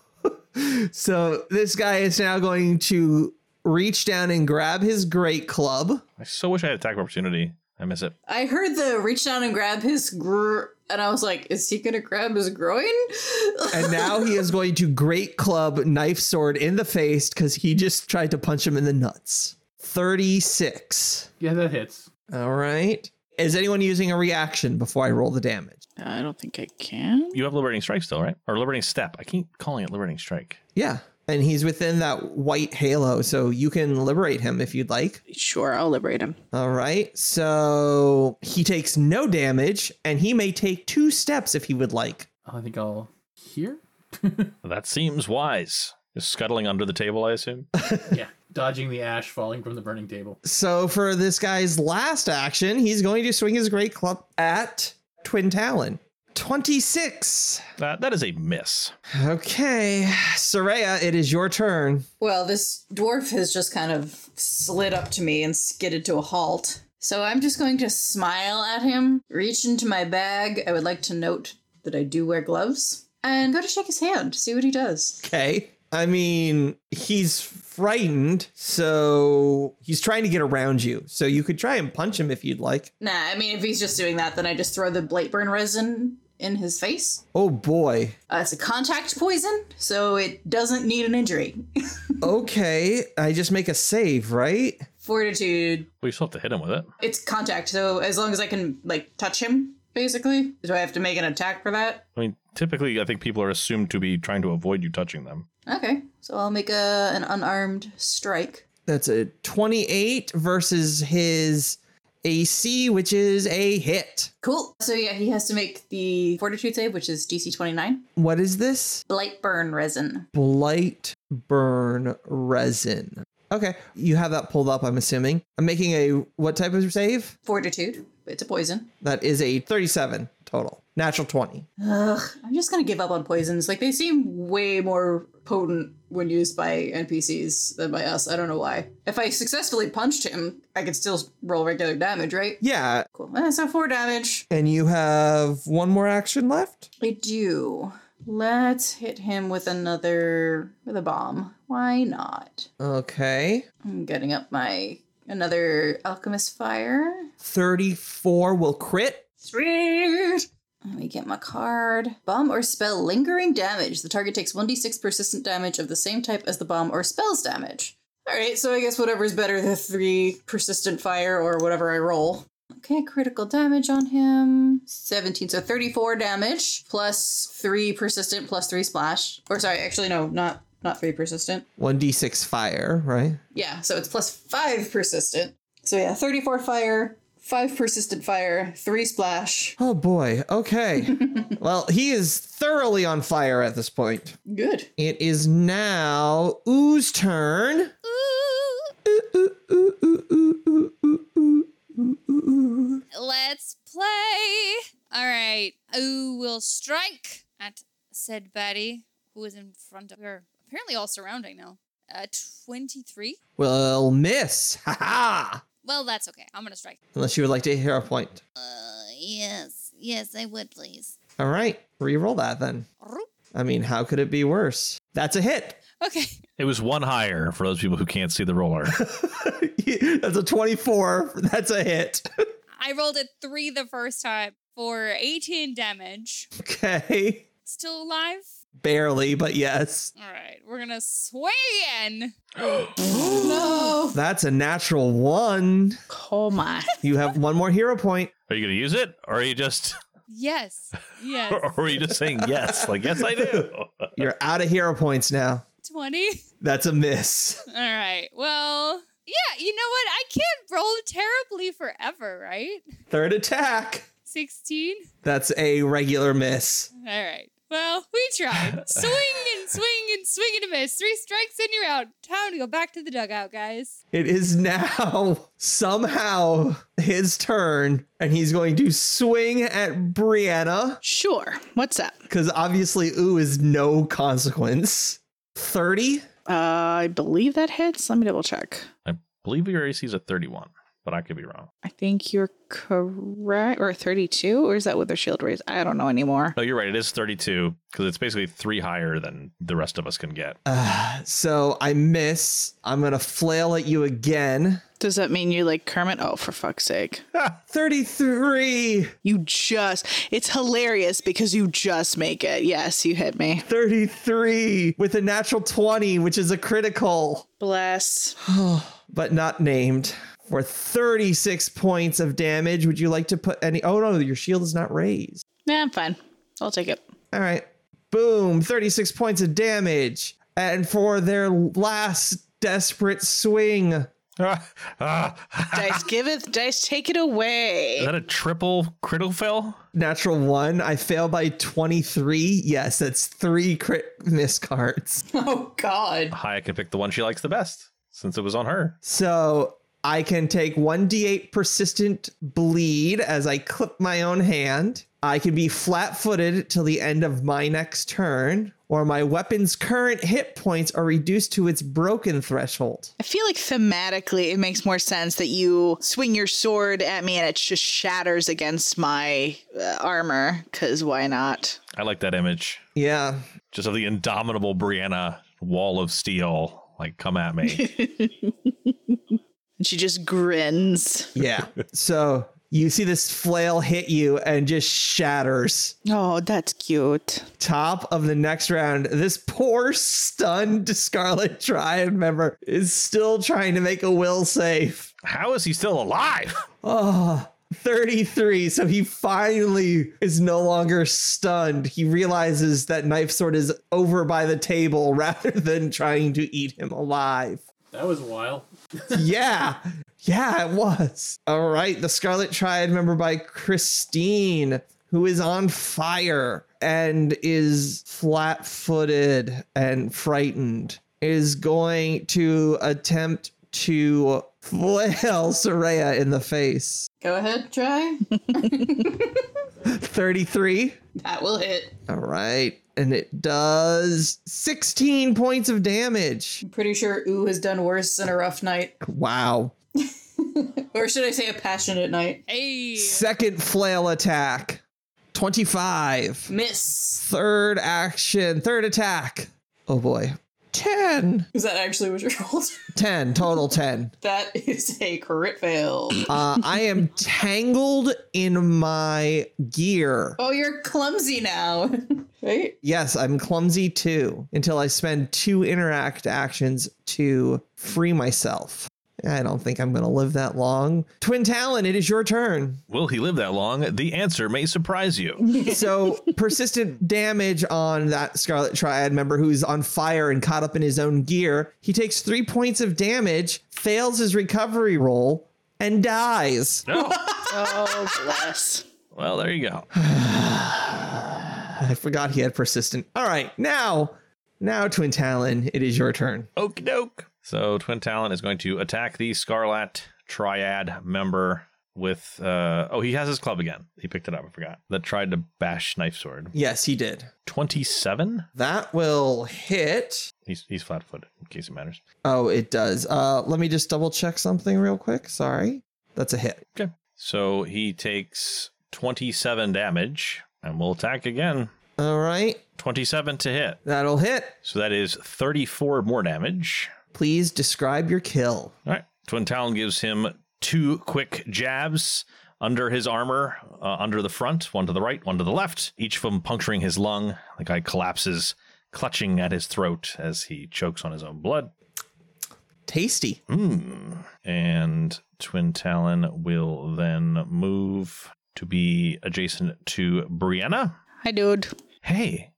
[SPEAKER 2] so this guy is now going to reach down and grab his great club.
[SPEAKER 3] I so wish I had attack of opportunity. I miss it.
[SPEAKER 4] I heard the reach down and grab his gr, and I was like, is he gonna grab his groin?
[SPEAKER 2] And now he is going to great club knife sword in the face because he just tried to punch him in the nuts. 36.
[SPEAKER 7] yeah, that hits.
[SPEAKER 2] All right. Is anyone using a reaction before I roll the damage?
[SPEAKER 1] Uh, I don't think I can.
[SPEAKER 3] You have liberating strike still, right? Or liberating step. I keep calling it liberating strike.
[SPEAKER 2] Yeah. And he's within that white halo, so you can liberate him if you'd like.
[SPEAKER 1] Sure, I'll liberate him.
[SPEAKER 2] All right. So he takes no damage, and he may take two steps if he would like.
[SPEAKER 7] Oh, I think I'll here.
[SPEAKER 3] That seems wise. Just scuttling under the table, I assume.
[SPEAKER 7] yeah, dodging the ash falling from the burning table.
[SPEAKER 2] So for this guy's last action, he's going to swing his great club at Twin Talon. 26.
[SPEAKER 3] Uh, that is a miss.
[SPEAKER 2] Okay. Soraya, it is your turn.
[SPEAKER 4] Well, this dwarf has just kind of slid up to me and skidded to a halt. So I'm just going to smile at him, reach into my bag. I would like to note that I do wear gloves, and go to shake his hand, see what he does.
[SPEAKER 2] Okay. I mean, he's frightened, so he's trying to get around you. So you could try and punch him if you'd like.
[SPEAKER 4] Nah, I mean, if he's just doing that, then I just throw the Blateburn resin in his face.
[SPEAKER 2] Oh boy.
[SPEAKER 4] Uh, it's a contact poison, so it doesn't need an injury.
[SPEAKER 2] Okay. I just make a save, right?
[SPEAKER 4] Fortitude,
[SPEAKER 3] Well, you still have to hit him with it.
[SPEAKER 4] it's contact, so as long as I can, like, touch him, basically. Do I have to make an attack for that?
[SPEAKER 3] I mean, typically, I think people are assumed to be trying to avoid you touching them.
[SPEAKER 4] Okay, so I'll make a an unarmed strike.
[SPEAKER 2] That's a 28 versus his a C, which is a hit.
[SPEAKER 4] Cool. So yeah, he has to make the fortitude save, which is DC 29.
[SPEAKER 2] What is this?
[SPEAKER 4] Blight burn resin.
[SPEAKER 2] Blight burn resin. Okay, you have that pulled up, I'm assuming. I'm making a what type of save?
[SPEAKER 4] Fortitude. It's a poison.
[SPEAKER 2] That is a 37 total. Natural 20.
[SPEAKER 4] Ugh, I'm just gonna give up on poisons. Like they seem way more potent when used by NPCs than by us. I don't know why. If I successfully punched him, I could still roll regular damage, right?
[SPEAKER 2] Yeah,
[SPEAKER 4] Cool. Eh, so four damage.
[SPEAKER 2] and you have one more action left.
[SPEAKER 4] I do. Let's hit him with another with a bomb. Why not?
[SPEAKER 2] Okay.
[SPEAKER 4] I'm getting up my another alchemist fire.
[SPEAKER 2] 34 will crit.
[SPEAKER 4] Sweet. Let me get my card. Bomb or spell lingering damage. The target takes 1d6 persistent damage of the same type as the bomb or spell's damage. All right, so I guess whatever's better, the three persistent fire or whatever I roll. Okay, critical damage on him. 17, so 34 damage plus three persistent plus three splash. Or sorry, actually, no, not not three persistent.
[SPEAKER 2] 1d6 fire, right?
[SPEAKER 4] Yeah, so it's plus five persistent. So yeah, 34 fire, five persistent fire, three splash.
[SPEAKER 2] Oh boy. Okay. well, he is thoroughly on fire at this point.
[SPEAKER 4] Good.
[SPEAKER 2] It is now Ooh's turn.
[SPEAKER 5] Ooh, let's play. All right. Ooh, will strike at said baddie who is in front of her. Apparently, all surrounding now. Uh, 23.
[SPEAKER 2] Well, miss. Ha ha.
[SPEAKER 5] Well, that's okay. I'm gonna strike.
[SPEAKER 2] Unless you would like to hear a point.
[SPEAKER 5] Uh, yes, yes, I would, please.
[SPEAKER 2] All right. Reroll that then.
[SPEAKER 5] Roop.
[SPEAKER 2] I mean, how could it be worse? That's a hit.
[SPEAKER 5] Okay.
[SPEAKER 3] It was one higher for those people who can't see the roller.
[SPEAKER 2] That's a 24. That's a hit.
[SPEAKER 5] I rolled a three the first time for 18 damage.
[SPEAKER 2] okay.
[SPEAKER 5] Still alive?
[SPEAKER 2] Barely, but yes.
[SPEAKER 5] All right, we're gonna swing again.
[SPEAKER 4] No.
[SPEAKER 2] That's a natural one.
[SPEAKER 8] Oh my.
[SPEAKER 2] You have one more hero point.
[SPEAKER 3] Are you going to use it? Or are you just
[SPEAKER 5] Yes, yes.
[SPEAKER 3] or are you just saying yes? Like, yes, I do.
[SPEAKER 2] You're out of hero points now.
[SPEAKER 5] 20.
[SPEAKER 2] That's a miss.
[SPEAKER 5] All right, well, yeah, you know what? I can't roll terribly forever, right?
[SPEAKER 2] Third attack.
[SPEAKER 5] 16.
[SPEAKER 2] That's a regular miss.
[SPEAKER 5] All right. Well, we tried. Swing and swing and swing and a miss. Three strikes and you're out. Time to go back to the dugout, guys.
[SPEAKER 2] It is now somehow his turn, and he's going to swing at Brianna
[SPEAKER 1] Sure. What's up?
[SPEAKER 2] because obviously, ooh is no consequence. 30.
[SPEAKER 1] Uh, I believe that hits. Let me double check.
[SPEAKER 3] I believe your AC is at 31, but I could be wrong.
[SPEAKER 1] I think you're correct. Or 32? Or is that with her shield raise? I don't know anymore.
[SPEAKER 3] No, you're right. It is 32 because it's basically three higher than the rest of us can get.
[SPEAKER 2] Ah, so I miss. I'm going to flail at you again.
[SPEAKER 1] Does that mean you like Kermit? Oh, for fuck's sake.
[SPEAKER 2] 33.
[SPEAKER 1] You just, it's hilarious because you just make it. Yes, you hit me.
[SPEAKER 2] 33 with a natural 20, which is a critical,
[SPEAKER 1] Bless.
[SPEAKER 2] but not named. For 36 points of damage, would you like to put any? Oh no, your shield is not raised.
[SPEAKER 1] Nah, I'm fine. I'll take it.
[SPEAKER 2] All right. Boom, 36 points of damage. And for their last desperate swing,
[SPEAKER 3] Ah, ah.
[SPEAKER 1] Dice, give it, dice, take it
[SPEAKER 3] is
[SPEAKER 1] away.
[SPEAKER 3] that a triple critical fail?
[SPEAKER 2] natural one, I fail by 23. Yes, that's three crit miss cards.
[SPEAKER 4] Oh God.
[SPEAKER 3] Haya can pick the one she likes the best since it was on her.
[SPEAKER 2] So I can take 1d8 persistent bleed as I clip my own hand. I can be flat footed till the end of my next turn, or my weapon's current hit points are reduced to its broken threshold.
[SPEAKER 1] I feel like thematically it makes more sense that you swing your sword at me and it just shatters against my uh, armor, because why not?
[SPEAKER 3] I like that image.
[SPEAKER 2] Yeah,
[SPEAKER 3] Just of the indomitable Brianna wall of steel. Like, come at me.
[SPEAKER 1] And she just grins.
[SPEAKER 2] Yeah. so you see this flail hit you and just shatters.
[SPEAKER 1] Oh, that's cute.
[SPEAKER 2] Top of the next round, this poor stunned Scarlet Triad member is still trying to make a will save.
[SPEAKER 3] How is he still alive?
[SPEAKER 2] Oh, 33. So he finally is no longer stunned. He realizes that Knife Sword is over by the table rather than trying to eat him alive.
[SPEAKER 7] That was a while.
[SPEAKER 2] yeah. Yeah, it was. All right. The Scarlet Triad member by Christine, who is on fire and is flat footed and frightened, is going to attempt to flail Soraya in the face.
[SPEAKER 4] Go ahead, try.
[SPEAKER 2] 33.
[SPEAKER 4] that will hit.
[SPEAKER 2] All right. And it does 16 points of damage.
[SPEAKER 4] I'm pretty sure Ooh has done worse than a rough night.
[SPEAKER 2] Wow.
[SPEAKER 4] Or should I say a passionate night?
[SPEAKER 5] Hey.
[SPEAKER 2] Second flail attack 25.
[SPEAKER 4] Miss.
[SPEAKER 2] Third action, third attack. Oh boy. 10.
[SPEAKER 4] Is that actually what you rolled?
[SPEAKER 2] 10, total 10.
[SPEAKER 4] that is a crit fail.
[SPEAKER 2] Uh, I am tangled in my gear.
[SPEAKER 4] Oh, you're clumsy now. right?
[SPEAKER 2] Yes, I'm clumsy too until I spend two interact actions to free myself. I don't think I'm going to live that long. Twin Talon, it is your turn.
[SPEAKER 3] Will he live that long? The answer may surprise you.
[SPEAKER 2] So persistent damage on that Scarlet Triad member who's on fire and caught up in his own gear. He takes three points of damage, fails his recovery roll, and dies.
[SPEAKER 3] No.
[SPEAKER 1] Oh, bless.
[SPEAKER 3] Well, there you go.
[SPEAKER 2] I forgot he had persistent. All right, now, now Twin Talon, it is your turn.
[SPEAKER 3] Okie doke. So Twin Talon is going to attack the Scarlet Triad member with uh oh he has his club again. He picked it up, I forgot. That tried to bash knife sword.
[SPEAKER 2] Yes, he did.
[SPEAKER 3] Twenty seven?
[SPEAKER 2] That will hit.
[SPEAKER 3] He's he's flat footed, in case it matters.
[SPEAKER 2] Oh, it does. Uh, let me just double check something real quick. Sorry, that's a hit.
[SPEAKER 3] Okay. So he takes twenty seven damage and will attack again.
[SPEAKER 2] All right,
[SPEAKER 3] Twenty seven to hit.
[SPEAKER 2] that'll hit.
[SPEAKER 3] So that is thirty four more damage.
[SPEAKER 2] Please describe your kill.
[SPEAKER 3] All right. Twin Talon gives him two quick jabs under his armor, uh, under the front, one to the right, one to the left, each of them puncturing his lung. The guy collapses, clutching at his throat as he chokes on his own blood.
[SPEAKER 2] Tasty.
[SPEAKER 3] Mm. And Twin Talon will then move to be adjacent to Brianna.
[SPEAKER 1] Hi, dude.
[SPEAKER 3] Hey.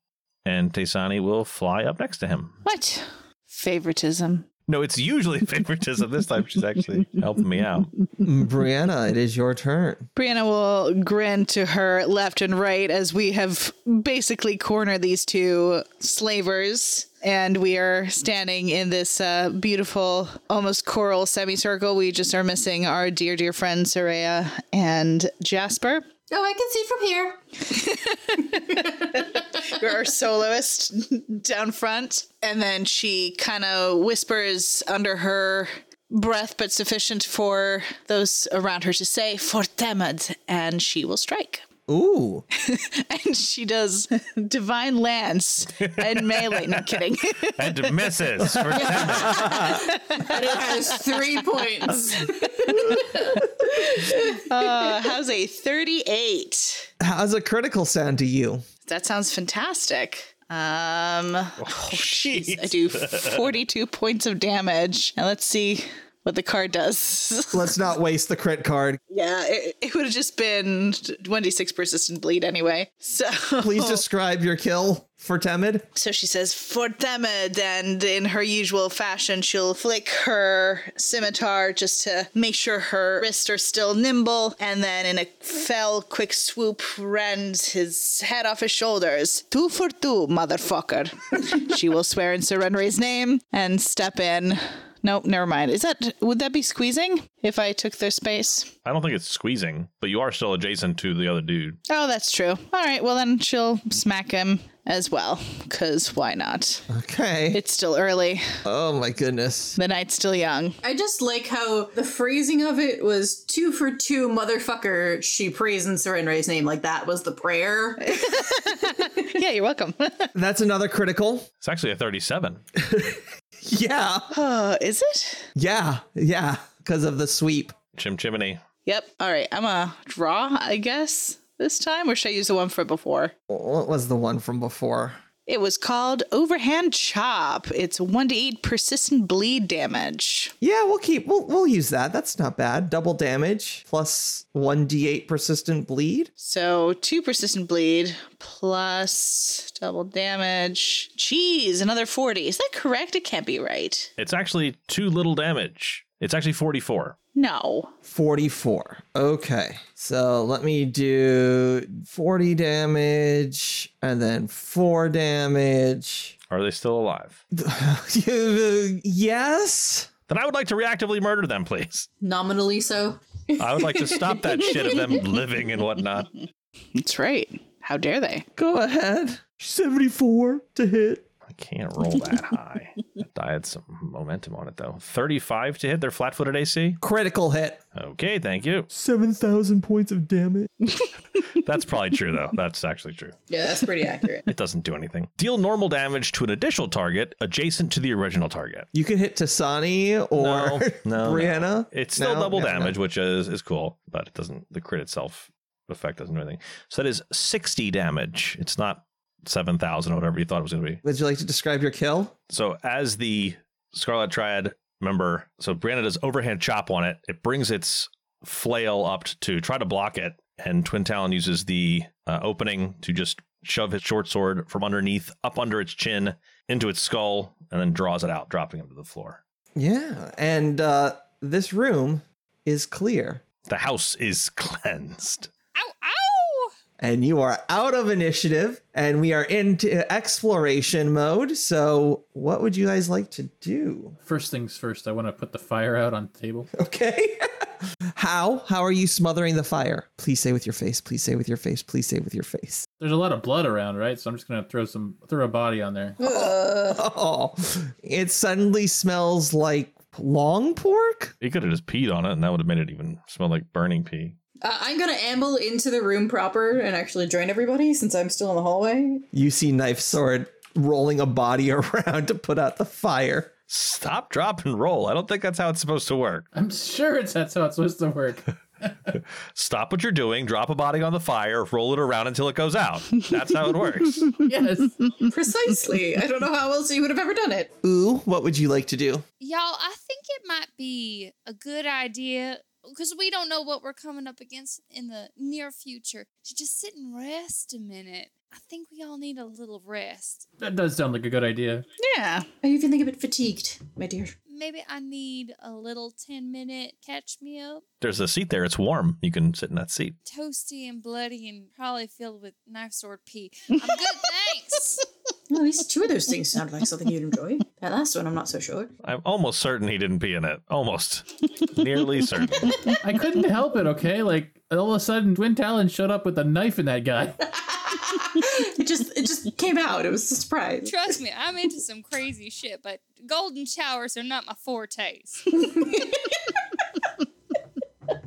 [SPEAKER 3] And Taysani will fly up next to him.
[SPEAKER 1] What? Favoritism.
[SPEAKER 3] No, it's usually favoritism. this time she's actually helping me out.
[SPEAKER 2] Mm, Brianna, it is your turn.
[SPEAKER 1] Brianna will grin to her left and right as we have basically cornered these two slavers. And we are standing in this uh, beautiful, almost coral semicircle. We just are missing our dear, dear friend Soraya and Jasper.
[SPEAKER 4] Oh, I can see from here.
[SPEAKER 1] our soloist down front. And then she kind of whispers under her breath, but sufficient for those around her to say, For Temad, and she will strike.
[SPEAKER 2] Ooh.
[SPEAKER 1] And she does divine lance and melee. Not kidding.
[SPEAKER 3] And misses for 10
[SPEAKER 4] And it has three points.
[SPEAKER 1] Uh, how's a 38?
[SPEAKER 2] How's a critical sound to you?
[SPEAKER 1] That sounds fantastic. Um, oh, jeez, I do 42 points of damage. And let's see what the card does.
[SPEAKER 2] Let's not waste the crit card.
[SPEAKER 1] Yeah, it, it would have just been 1d6 persistent bleed anyway. So
[SPEAKER 2] Please describe your kill for Temid.
[SPEAKER 1] so she says, for Temid, and in her usual fashion, she'll flick her scimitar just to make sure her wrists are still nimble, and then in a fell, quick swoop, rends his head off his shoulders. Two for two, motherfucker. she will swear in Surrendery's name and step in. Nope, never mind. Is that would that be squeezing if I took their space?
[SPEAKER 3] I don't think it's squeezing, but you are still adjacent to the other dude.
[SPEAKER 1] Oh, that's true. All right, well then she'll smack him as well, cause why not?
[SPEAKER 2] Okay.
[SPEAKER 1] It's still early.
[SPEAKER 2] Oh my goodness.
[SPEAKER 1] The night's still young.
[SPEAKER 4] I just like how the phrasing of it was two for two, motherfucker. She prays in Serenre's name. Like that was the prayer.
[SPEAKER 1] Yeah, you're welcome.
[SPEAKER 2] That's another critical.
[SPEAKER 3] It's actually a 37.
[SPEAKER 2] Yeah.
[SPEAKER 1] uh, is it?
[SPEAKER 2] Yeah. Yeah. Because of the sweep.
[SPEAKER 3] Chim Chimney.
[SPEAKER 1] Yep. All right, I'm a draw, I guess, this time, or should I use the one for before?
[SPEAKER 2] What was the one from before?
[SPEAKER 1] It was called Overhand Chop. It's one to eight persistent bleed damage.
[SPEAKER 2] Yeah, we'll keep we'll we'll use that. That's not bad. Double damage plus one d8 persistent bleed.
[SPEAKER 1] So two persistent bleed plus double damage. Jeez, another 40. Is that correct? It can't be right.
[SPEAKER 3] It's actually too little damage. It's actually 44.
[SPEAKER 1] No.
[SPEAKER 2] 44. Okay. So let me do 40 damage and then 4 damage.
[SPEAKER 3] Are they still alive?
[SPEAKER 2] yes.
[SPEAKER 3] Then I would like to reactively murder them, please.
[SPEAKER 4] Nominally so.
[SPEAKER 3] I would like to stop that shit of them living and whatnot.
[SPEAKER 1] That's right. How dare they?
[SPEAKER 2] Go ahead. 74 to hit.
[SPEAKER 3] I can't roll that high. I had some momentum on it though. 35 to hit their flat footed AC.
[SPEAKER 2] Critical hit.
[SPEAKER 3] Okay, thank you.
[SPEAKER 2] 7,000 points of damage.
[SPEAKER 3] That's probably true though. That's actually true.
[SPEAKER 4] Yeah, that's pretty accurate.
[SPEAKER 3] It doesn't do anything. Deal normal damage to an additional target adjacent to the original target.
[SPEAKER 2] You can hit Tasani or
[SPEAKER 3] No, no,
[SPEAKER 2] Brianna.
[SPEAKER 3] It's still
[SPEAKER 2] No,
[SPEAKER 3] double
[SPEAKER 2] no, no.
[SPEAKER 3] damage, which is is cool, but it doesn't the crit itself effect doesn't do anything. So that is 60 damage. It's not 7,000 or whatever you thought it was going to be.
[SPEAKER 2] Would you like to describe your kill?
[SPEAKER 3] So as the Scarlet Triad member, so Brianna does overhand chop on it. It brings its flail up to try to block it, and Twin Talon uses the uh, opening to just shove his short sword from underneath, up under its chin, into its skull, and then draws it out, dropping him to the floor.
[SPEAKER 2] Yeah. And uh, this room is clear.
[SPEAKER 3] The house is cleansed.
[SPEAKER 5] Ow, ow!
[SPEAKER 2] and you are out of initiative and we are into exploration mode so what would you guys like to do
[SPEAKER 7] First things first, I want to put the fire out on the table.
[SPEAKER 2] okay how how are you smothering the fire please say with your face please say with your face please say with your face
[SPEAKER 7] There's a lot of blood around, right? So I'm just gonna throw some throw a body on there.
[SPEAKER 4] Uh,
[SPEAKER 2] oh it suddenly smells like long pork
[SPEAKER 3] He could have just peed on it, and that would have made it even smell like burning pee.
[SPEAKER 4] uh, I'm gonna amble into the room proper and actually join everybody since I'm still in the hallway.
[SPEAKER 2] you see knife sword rolling a body around to put out the fire
[SPEAKER 3] Stop, drop, and roll. I don't think that's how it's supposed to work.
[SPEAKER 7] I'm sure it's that's how it's supposed to work.
[SPEAKER 3] Stop what you're doing, drop a body on the fire, roll it around until it goes out. That's how it works.
[SPEAKER 7] yes.
[SPEAKER 4] Precisely. I don't know how else you would have ever done it.
[SPEAKER 2] ooh what would you like to do
[SPEAKER 5] Y'all, I think it might be a good idea because we don't know what we're coming up against in the near future to just sit and rest a minute. I think we all need a little rest.
[SPEAKER 7] That does sound like a good idea.
[SPEAKER 1] Yeah.
[SPEAKER 4] Are you feeling a bit fatigued, my dear?
[SPEAKER 5] Maybe I need a little 10 minute catch me up.
[SPEAKER 3] There's a seat there. It's warm. You can sit in that seat.
[SPEAKER 5] Toasty and bloody and probably filled with knife sword pee. I'm good, thanks.
[SPEAKER 4] Well, at least two of those things sound like something you'd enjoy. That last one, I'm not so sure.
[SPEAKER 3] I'm almost certain he didn't pee in it. Almost. Nearly certain.
[SPEAKER 7] I couldn't help it, okay? Like all of a sudden Twin Talon showed up with a knife in that guy.
[SPEAKER 4] it just it just came out. It was a surprise.
[SPEAKER 5] Trust me, I'm into some crazy shit, but golden showers are not my fortes.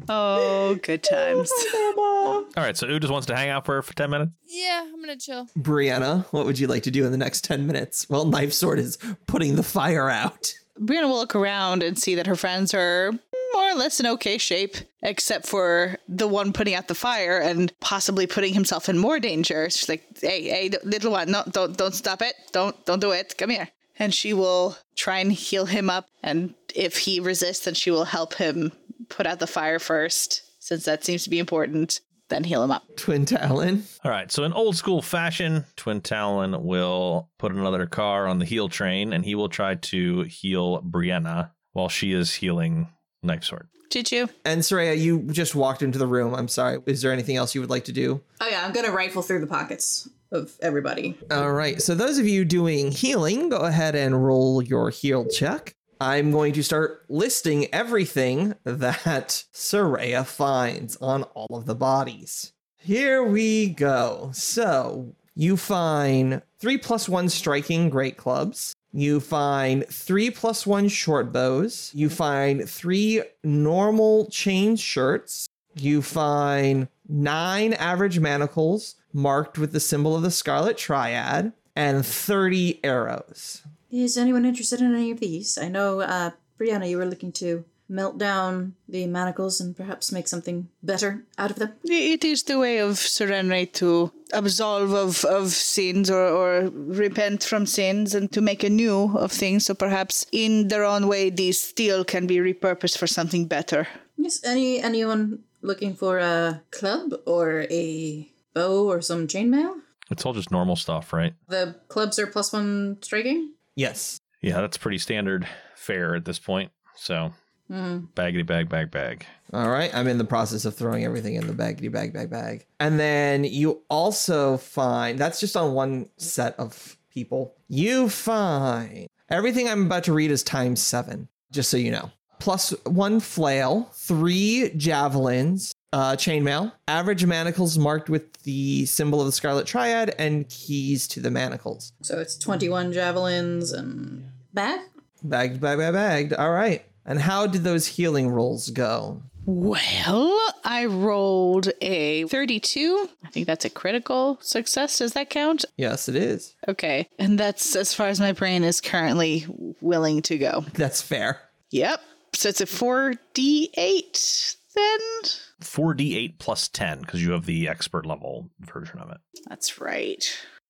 [SPEAKER 1] Oh, good times.
[SPEAKER 3] All right, so Ooh just wants to hang out for, for 10 minutes.
[SPEAKER 5] Yeah, I'm gonna chill.
[SPEAKER 2] brianna what would you like to do in the next 10 minutes well knife sword is putting the fire out
[SPEAKER 1] Brianna will look around and see that her friends are more or less in okay shape, except for the one putting out the fire and possibly putting himself in more danger. She's like, "Hey, hey, little one, no, don't, don't stop it, don't, don't do it. Come here." And she will try and heal him up, and if he resists, then she will help him put out the fire first, since that seems to be important. Then heal him up.
[SPEAKER 2] Twin Talon.
[SPEAKER 3] All right, so in old school fashion, Twin Talon will put another car on the heel train and he will try to heal Brianna while she is healing Knife Sword.
[SPEAKER 1] Did you?
[SPEAKER 2] And Soraya, you just walked into the room. I'm sorry. Is there anything else you would like to do?
[SPEAKER 4] Oh yeah, I'm gonna rifle through the pockets of everybody.
[SPEAKER 2] All right. So those of you doing healing, go ahead and roll your heal check. I'm going to start listing everything that Soraya finds on all of the bodies. Here we go. So you find three plus one striking great clubs. You find three plus one short bows. You find three normal chain shirts. You find nine average manacles marked with the symbol of the Scarlet Triad and 30 arrows.
[SPEAKER 4] Is anyone interested in any of these? I know, uh, Brianna, you were looking to melt down the manacles and perhaps make something better out of them.
[SPEAKER 1] It is the way of Serenity to absolve of, of sins or, or repent from sins and to make a new of things. So perhaps in their own way, these still can be repurposed for something better.
[SPEAKER 4] Yes. Any anyone looking for a club or a bow or some chainmail?
[SPEAKER 3] It's all just normal stuff, right?
[SPEAKER 4] The clubs are plus one striking.
[SPEAKER 2] Yes.
[SPEAKER 3] Yeah, that's pretty standard fare at this point. So
[SPEAKER 4] Mhm.
[SPEAKER 3] Baggity bag bag bag.
[SPEAKER 2] All right, I'm in the process of throwing everything in the baggity bag bag bag. And then you also find that's just on one set of people. You find everything I'm about to read is times 7, just so you know. Plus 1 flail, 3 javelins, uh chainmail, average manacles marked with the symbol of the scarlet triad and keys to the manacles.
[SPEAKER 4] So it's 21 javelins and bag?
[SPEAKER 2] Bagged bag bag bagged. All right. And how did those healing rolls go?
[SPEAKER 1] Well, I rolled a 32. I think that's a critical success. Does that count?
[SPEAKER 2] Yes, it is.
[SPEAKER 1] Okay. And that's as far as my brain is currently willing to go.
[SPEAKER 2] That's fair.
[SPEAKER 1] Yep. So it's a 4d8 then?
[SPEAKER 3] 4d8 plus 10 because you have the expert level version of it.
[SPEAKER 1] That's right.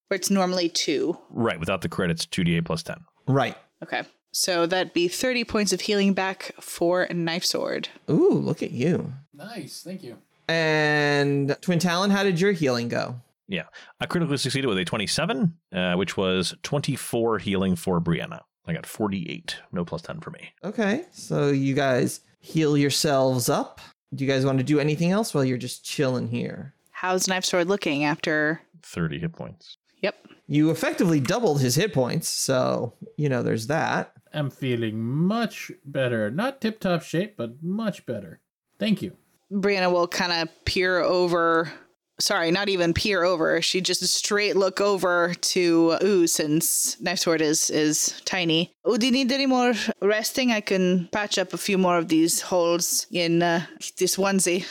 [SPEAKER 1] Where it's normally 2.
[SPEAKER 3] Right, without the credits, 2d8 plus 10.
[SPEAKER 2] Right.
[SPEAKER 1] Okay. So that'd be 30 points of healing back for Knife Sword.
[SPEAKER 2] Ooh, look at you.
[SPEAKER 7] Nice, thank you.
[SPEAKER 2] And Twin Talon, how did your healing go?
[SPEAKER 3] Yeah. I critically succeeded with a 27, uh, which was 24 healing for Brianna. I got 48, no plus 10 for me.
[SPEAKER 2] Okay, so you guys heal yourselves up. Do you guys want to do anything else while you're just chilling here?
[SPEAKER 1] How's Knife Sword looking after?
[SPEAKER 3] 30 hit points.
[SPEAKER 1] Yep.
[SPEAKER 2] You effectively doubled his hit points, so you know there's that.
[SPEAKER 7] I'm feeling much better. Not tip top shape, but much better. Thank you.
[SPEAKER 1] Brianna will kind of peer over. Sorry, not even peer over. She just straight look over to Ooh, since Knife Sword is is tiny. Oh, do you need any more resting? I can patch up a few more of these holes in uh, this onesie.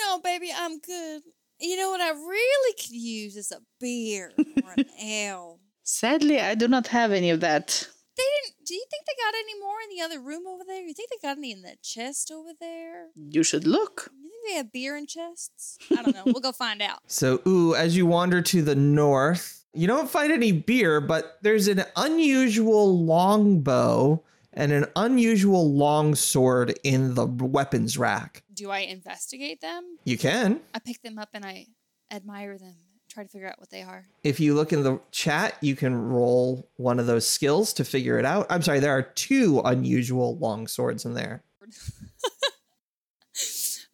[SPEAKER 5] No, baby, I'm good. You know what I really could use is a beer or an ale.
[SPEAKER 1] Sadly, I do not have any of that.
[SPEAKER 5] They didn't. Do you think they got any more in the other room over there? You think they got any in that chest over there?
[SPEAKER 1] You should look.
[SPEAKER 5] You think they have beer in chests? I don't know. we'll go find out.
[SPEAKER 2] So, ooh, as you wander to the north, you don't find any beer, but there's an unusual longbow and an unusual long sword in the weapons rack.
[SPEAKER 5] Do I investigate them?
[SPEAKER 2] You can.
[SPEAKER 5] I pick them up and I admire them. Try to figure out what they are.
[SPEAKER 2] if you look in the chat, you can roll one of those skills to figure it out. I'm sorry, there are two unusual long swords in there.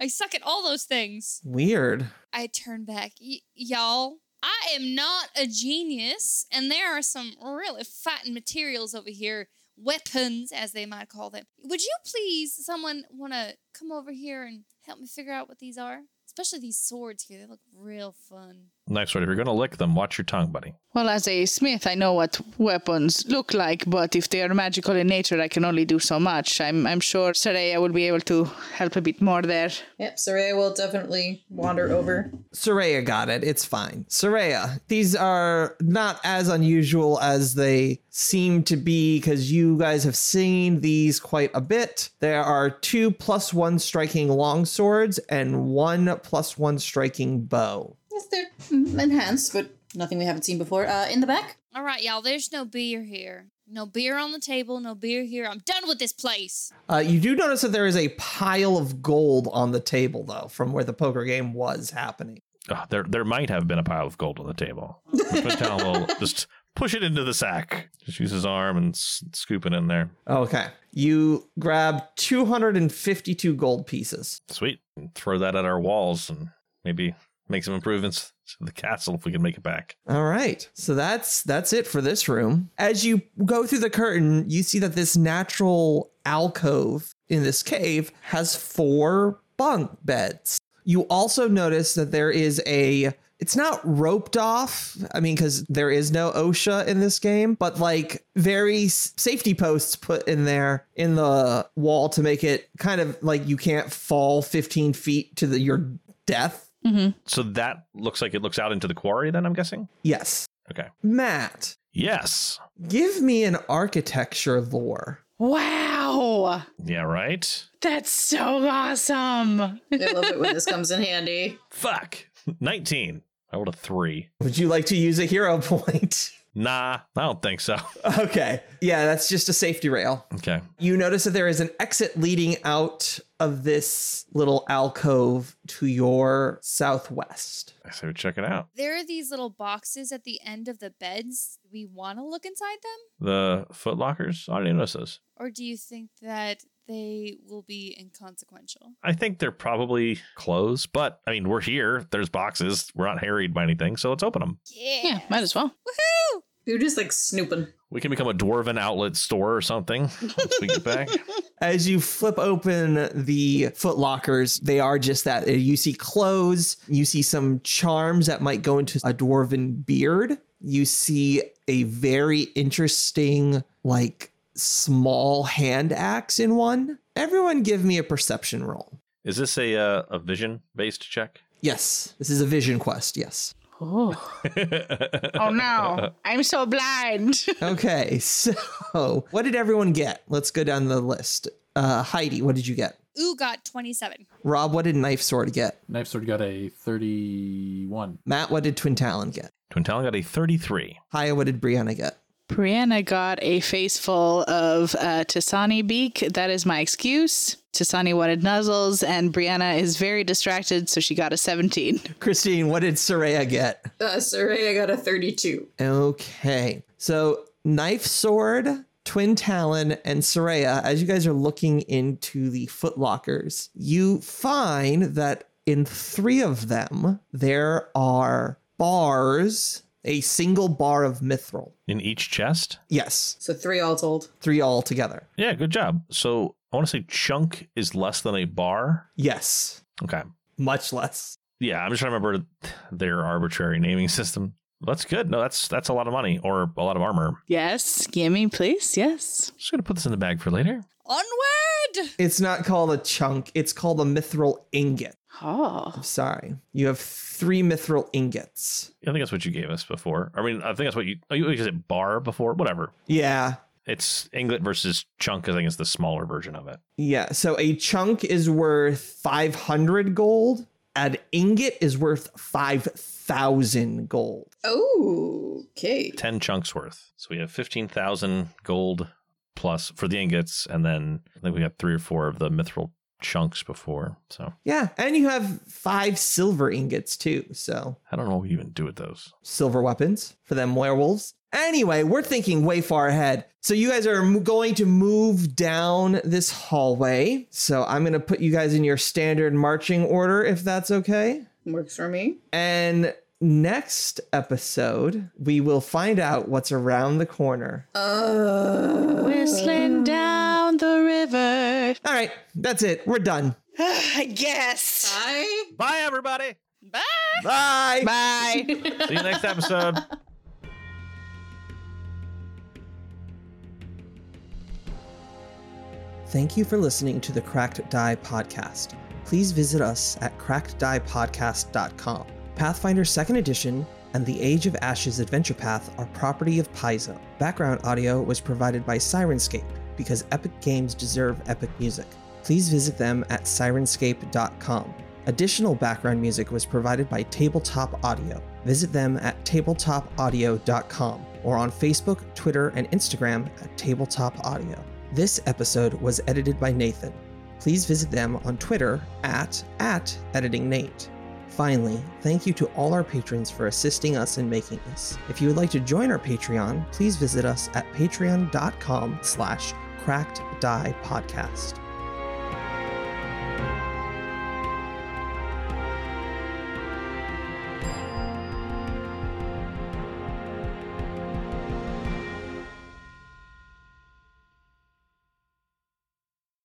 [SPEAKER 5] I suck at all those things.
[SPEAKER 2] Weird.
[SPEAKER 5] I turn back. Y- y'all, I am not a genius, and there are some really fighting materials over here. Weapons, as they might call them. Would you please, someone, want to come over here and help me figure out what these are? Especially these swords here. They look real fun.
[SPEAKER 3] Knife sword, if you're going to lick them, watch your tongue, buddy.
[SPEAKER 1] Well, as a smith, I know what weapons look like, but if they are magical in nature, I can only do so much. I'm I'm sure Saraya will be able to help a bit more there.
[SPEAKER 4] Yep, Saraya will definitely wander over.
[SPEAKER 2] Soraya got it. It's fine. Soraya, these are not as unusual as they seem to be because you guys have seen these quite a bit. There are two plus one striking long swords and one plus one striking bow.
[SPEAKER 4] Yes, they're mm, enhanced, but nothing we haven't seen before. Uh, in the back?
[SPEAKER 5] All right, y'all, there's no beer here. No beer on the table, no beer here. I'm done with this place.
[SPEAKER 2] Uh, you do notice that there is a pile of gold on the table, though, from where the poker game was happening.
[SPEAKER 3] Ugh, Ah, there, there might have been a pile of gold on the table. Put down a little, just push it into the sack. Just use his arm and s- scoop it in there.
[SPEAKER 2] Oh, Okay. You grab 252 gold pieces.
[SPEAKER 3] Sweet. And throw that at our walls and maybe make some improvements to the castle if we can make it back.
[SPEAKER 2] All right. So that's that's it for this room. As you go through the curtain, you see that this natural alcove in this cave has four bunk beds. You also notice that there is a it's not roped off. I mean, because there is no OSHA in this game, but like very s- safety posts put in there in the wall to make it kind of like you can't fall 15 feet to the, your death.
[SPEAKER 3] So that looks like it looks out into the quarry, then I'm guessing?
[SPEAKER 2] Yes.
[SPEAKER 3] Okay.
[SPEAKER 2] Matt,
[SPEAKER 3] Yes.
[SPEAKER 2] Give me an architecture lore.
[SPEAKER 1] Wow,
[SPEAKER 3] Yeah, right?
[SPEAKER 1] that's so awesome!
[SPEAKER 4] I love it when this comes in handy.
[SPEAKER 3] Fuck. 19. I rolled a three.
[SPEAKER 2] Would you like to use a hero point?
[SPEAKER 3] Nah, I don't think so.
[SPEAKER 2] okay. Yeah, that's just a safety rail.
[SPEAKER 3] Okay.
[SPEAKER 2] You notice that there is an exit leading out of this little alcove to your southwest.
[SPEAKER 3] I say we check it out.
[SPEAKER 5] There are these little boxes at the end of the beds. Do we want to look inside them?
[SPEAKER 3] The footlockers? I didn't notice those.
[SPEAKER 5] Or do you think that they will be inconsequential.
[SPEAKER 3] I think they're probably close, but I mean, we're here. There's boxes. We're not harried by anything, so let's open them.
[SPEAKER 5] Yeah.
[SPEAKER 1] Yeah, might as well.
[SPEAKER 5] Woohoo!
[SPEAKER 4] You're just like snooping.
[SPEAKER 3] We can become a dwarven outlet store or something once we get back.
[SPEAKER 2] As you flip open the foot lockers, they are just that. You see clothes, you see some charms that might go into a dwarven beard. You see a very interesting, like, small hand axe in one. Everyone give me a perception roll.
[SPEAKER 3] Is this a uh, a vision based check?
[SPEAKER 2] Yes, this is a vision quest. Yes.
[SPEAKER 1] Oh,
[SPEAKER 3] oh
[SPEAKER 1] no. I'm so blind.
[SPEAKER 2] Okay, so what did everyone get? Let's go down the list. Uh, Heidi, what did you get?
[SPEAKER 5] Ooh, got 27.
[SPEAKER 2] Rob, what did Knife Sword get?
[SPEAKER 7] Knife Sword got a 31.
[SPEAKER 2] Matt, what did Twin Talon get?
[SPEAKER 3] Twin Talon got a 33.
[SPEAKER 2] Haya, what did Brianna get?
[SPEAKER 1] Brianna got a face full of uh, Tasani beak. That is my excuse. Tasani wanted nuzzles, and Brianna is very distracted, so she got a 17.
[SPEAKER 2] Christine, what did Soraya get?
[SPEAKER 4] Uh, Soraya got a 32.
[SPEAKER 2] Okay. So, Knife Sword, Twin Talon, and Soraya, as you guys are looking into the footlockers, you find that in three of them, there are bars, a single bar of mithril.
[SPEAKER 3] In each chest?
[SPEAKER 2] Yes,
[SPEAKER 4] So three all told.
[SPEAKER 2] three all together.
[SPEAKER 3] Yeah, good job. So I want to say chunk is less than a bar.
[SPEAKER 2] Yes,
[SPEAKER 3] Okay.
[SPEAKER 2] much less.
[SPEAKER 3] Yeah, I'm just trying to remember their arbitrary naming system. That's good. No, that's that's a lot of money or a lot of armor.
[SPEAKER 1] Yes, gimme, please. Yes.
[SPEAKER 3] Just gonna put this in the bag for later.
[SPEAKER 5] Onward!
[SPEAKER 2] It's not called a chunk, it's called a mithril ingot.
[SPEAKER 1] Oh.
[SPEAKER 2] Sorry. You have three mithril ingots.
[SPEAKER 3] I think that's what you gave us before. I mean, I think that's what you. Oh, you is it bar before? Whatever.
[SPEAKER 2] Yeah,
[SPEAKER 3] It's inglet versus chunk. I think is the smaller version of it.
[SPEAKER 2] Yeah, so a chunk is worth 500 gold. An ingot is worth 5,000 gold.
[SPEAKER 4] Okay.
[SPEAKER 3] Ten chunks worth. So we have fifteen thousand gold plus for the ingots, and then I think we got three or four of the mithril chunks before. So
[SPEAKER 2] Yeah, and you have five silver ingots too. So
[SPEAKER 3] I don't know what we even do with those.
[SPEAKER 2] silver weapons for them werewolves. Anyway, we're thinking way far ahead. So you guys are mo- going to move down this hallway. So I'm going to put you guys in your standard marching order if that's okay.
[SPEAKER 4] Works for me.
[SPEAKER 2] And next episode, we will find out what's around the corner.
[SPEAKER 4] Uh,
[SPEAKER 1] Whistling down the river.
[SPEAKER 2] All right, that's it. We're done.
[SPEAKER 1] I guess.
[SPEAKER 4] I
[SPEAKER 3] Bye, everybody.
[SPEAKER 5] Bye!
[SPEAKER 2] Bye.
[SPEAKER 1] Bye.
[SPEAKER 3] See you next episode.
[SPEAKER 2] Thank you for listening to the Cracked Die Podcast. Please visit us at crackediepodcast.com. Pathfinder 2nd Edition and the Age of Ashes Adventure Path are property of Paizo. Background audio was provided by Sirenscape because epic games deserve epic music. Please visit them at sirenscape.com. Additional background music was provided by Tabletop Audio. Visit them at tabletopaudio.com or on Facebook, Twitter, and Instagram at Tabletop Audio. This episode was edited by Nathan. Please visit them on Twitter at, at editingnate. Finally, thank you to all our patrons for assisting us in making this. If you would like to join our Patreon, please visit us at patreon.com slash cracked die podcast.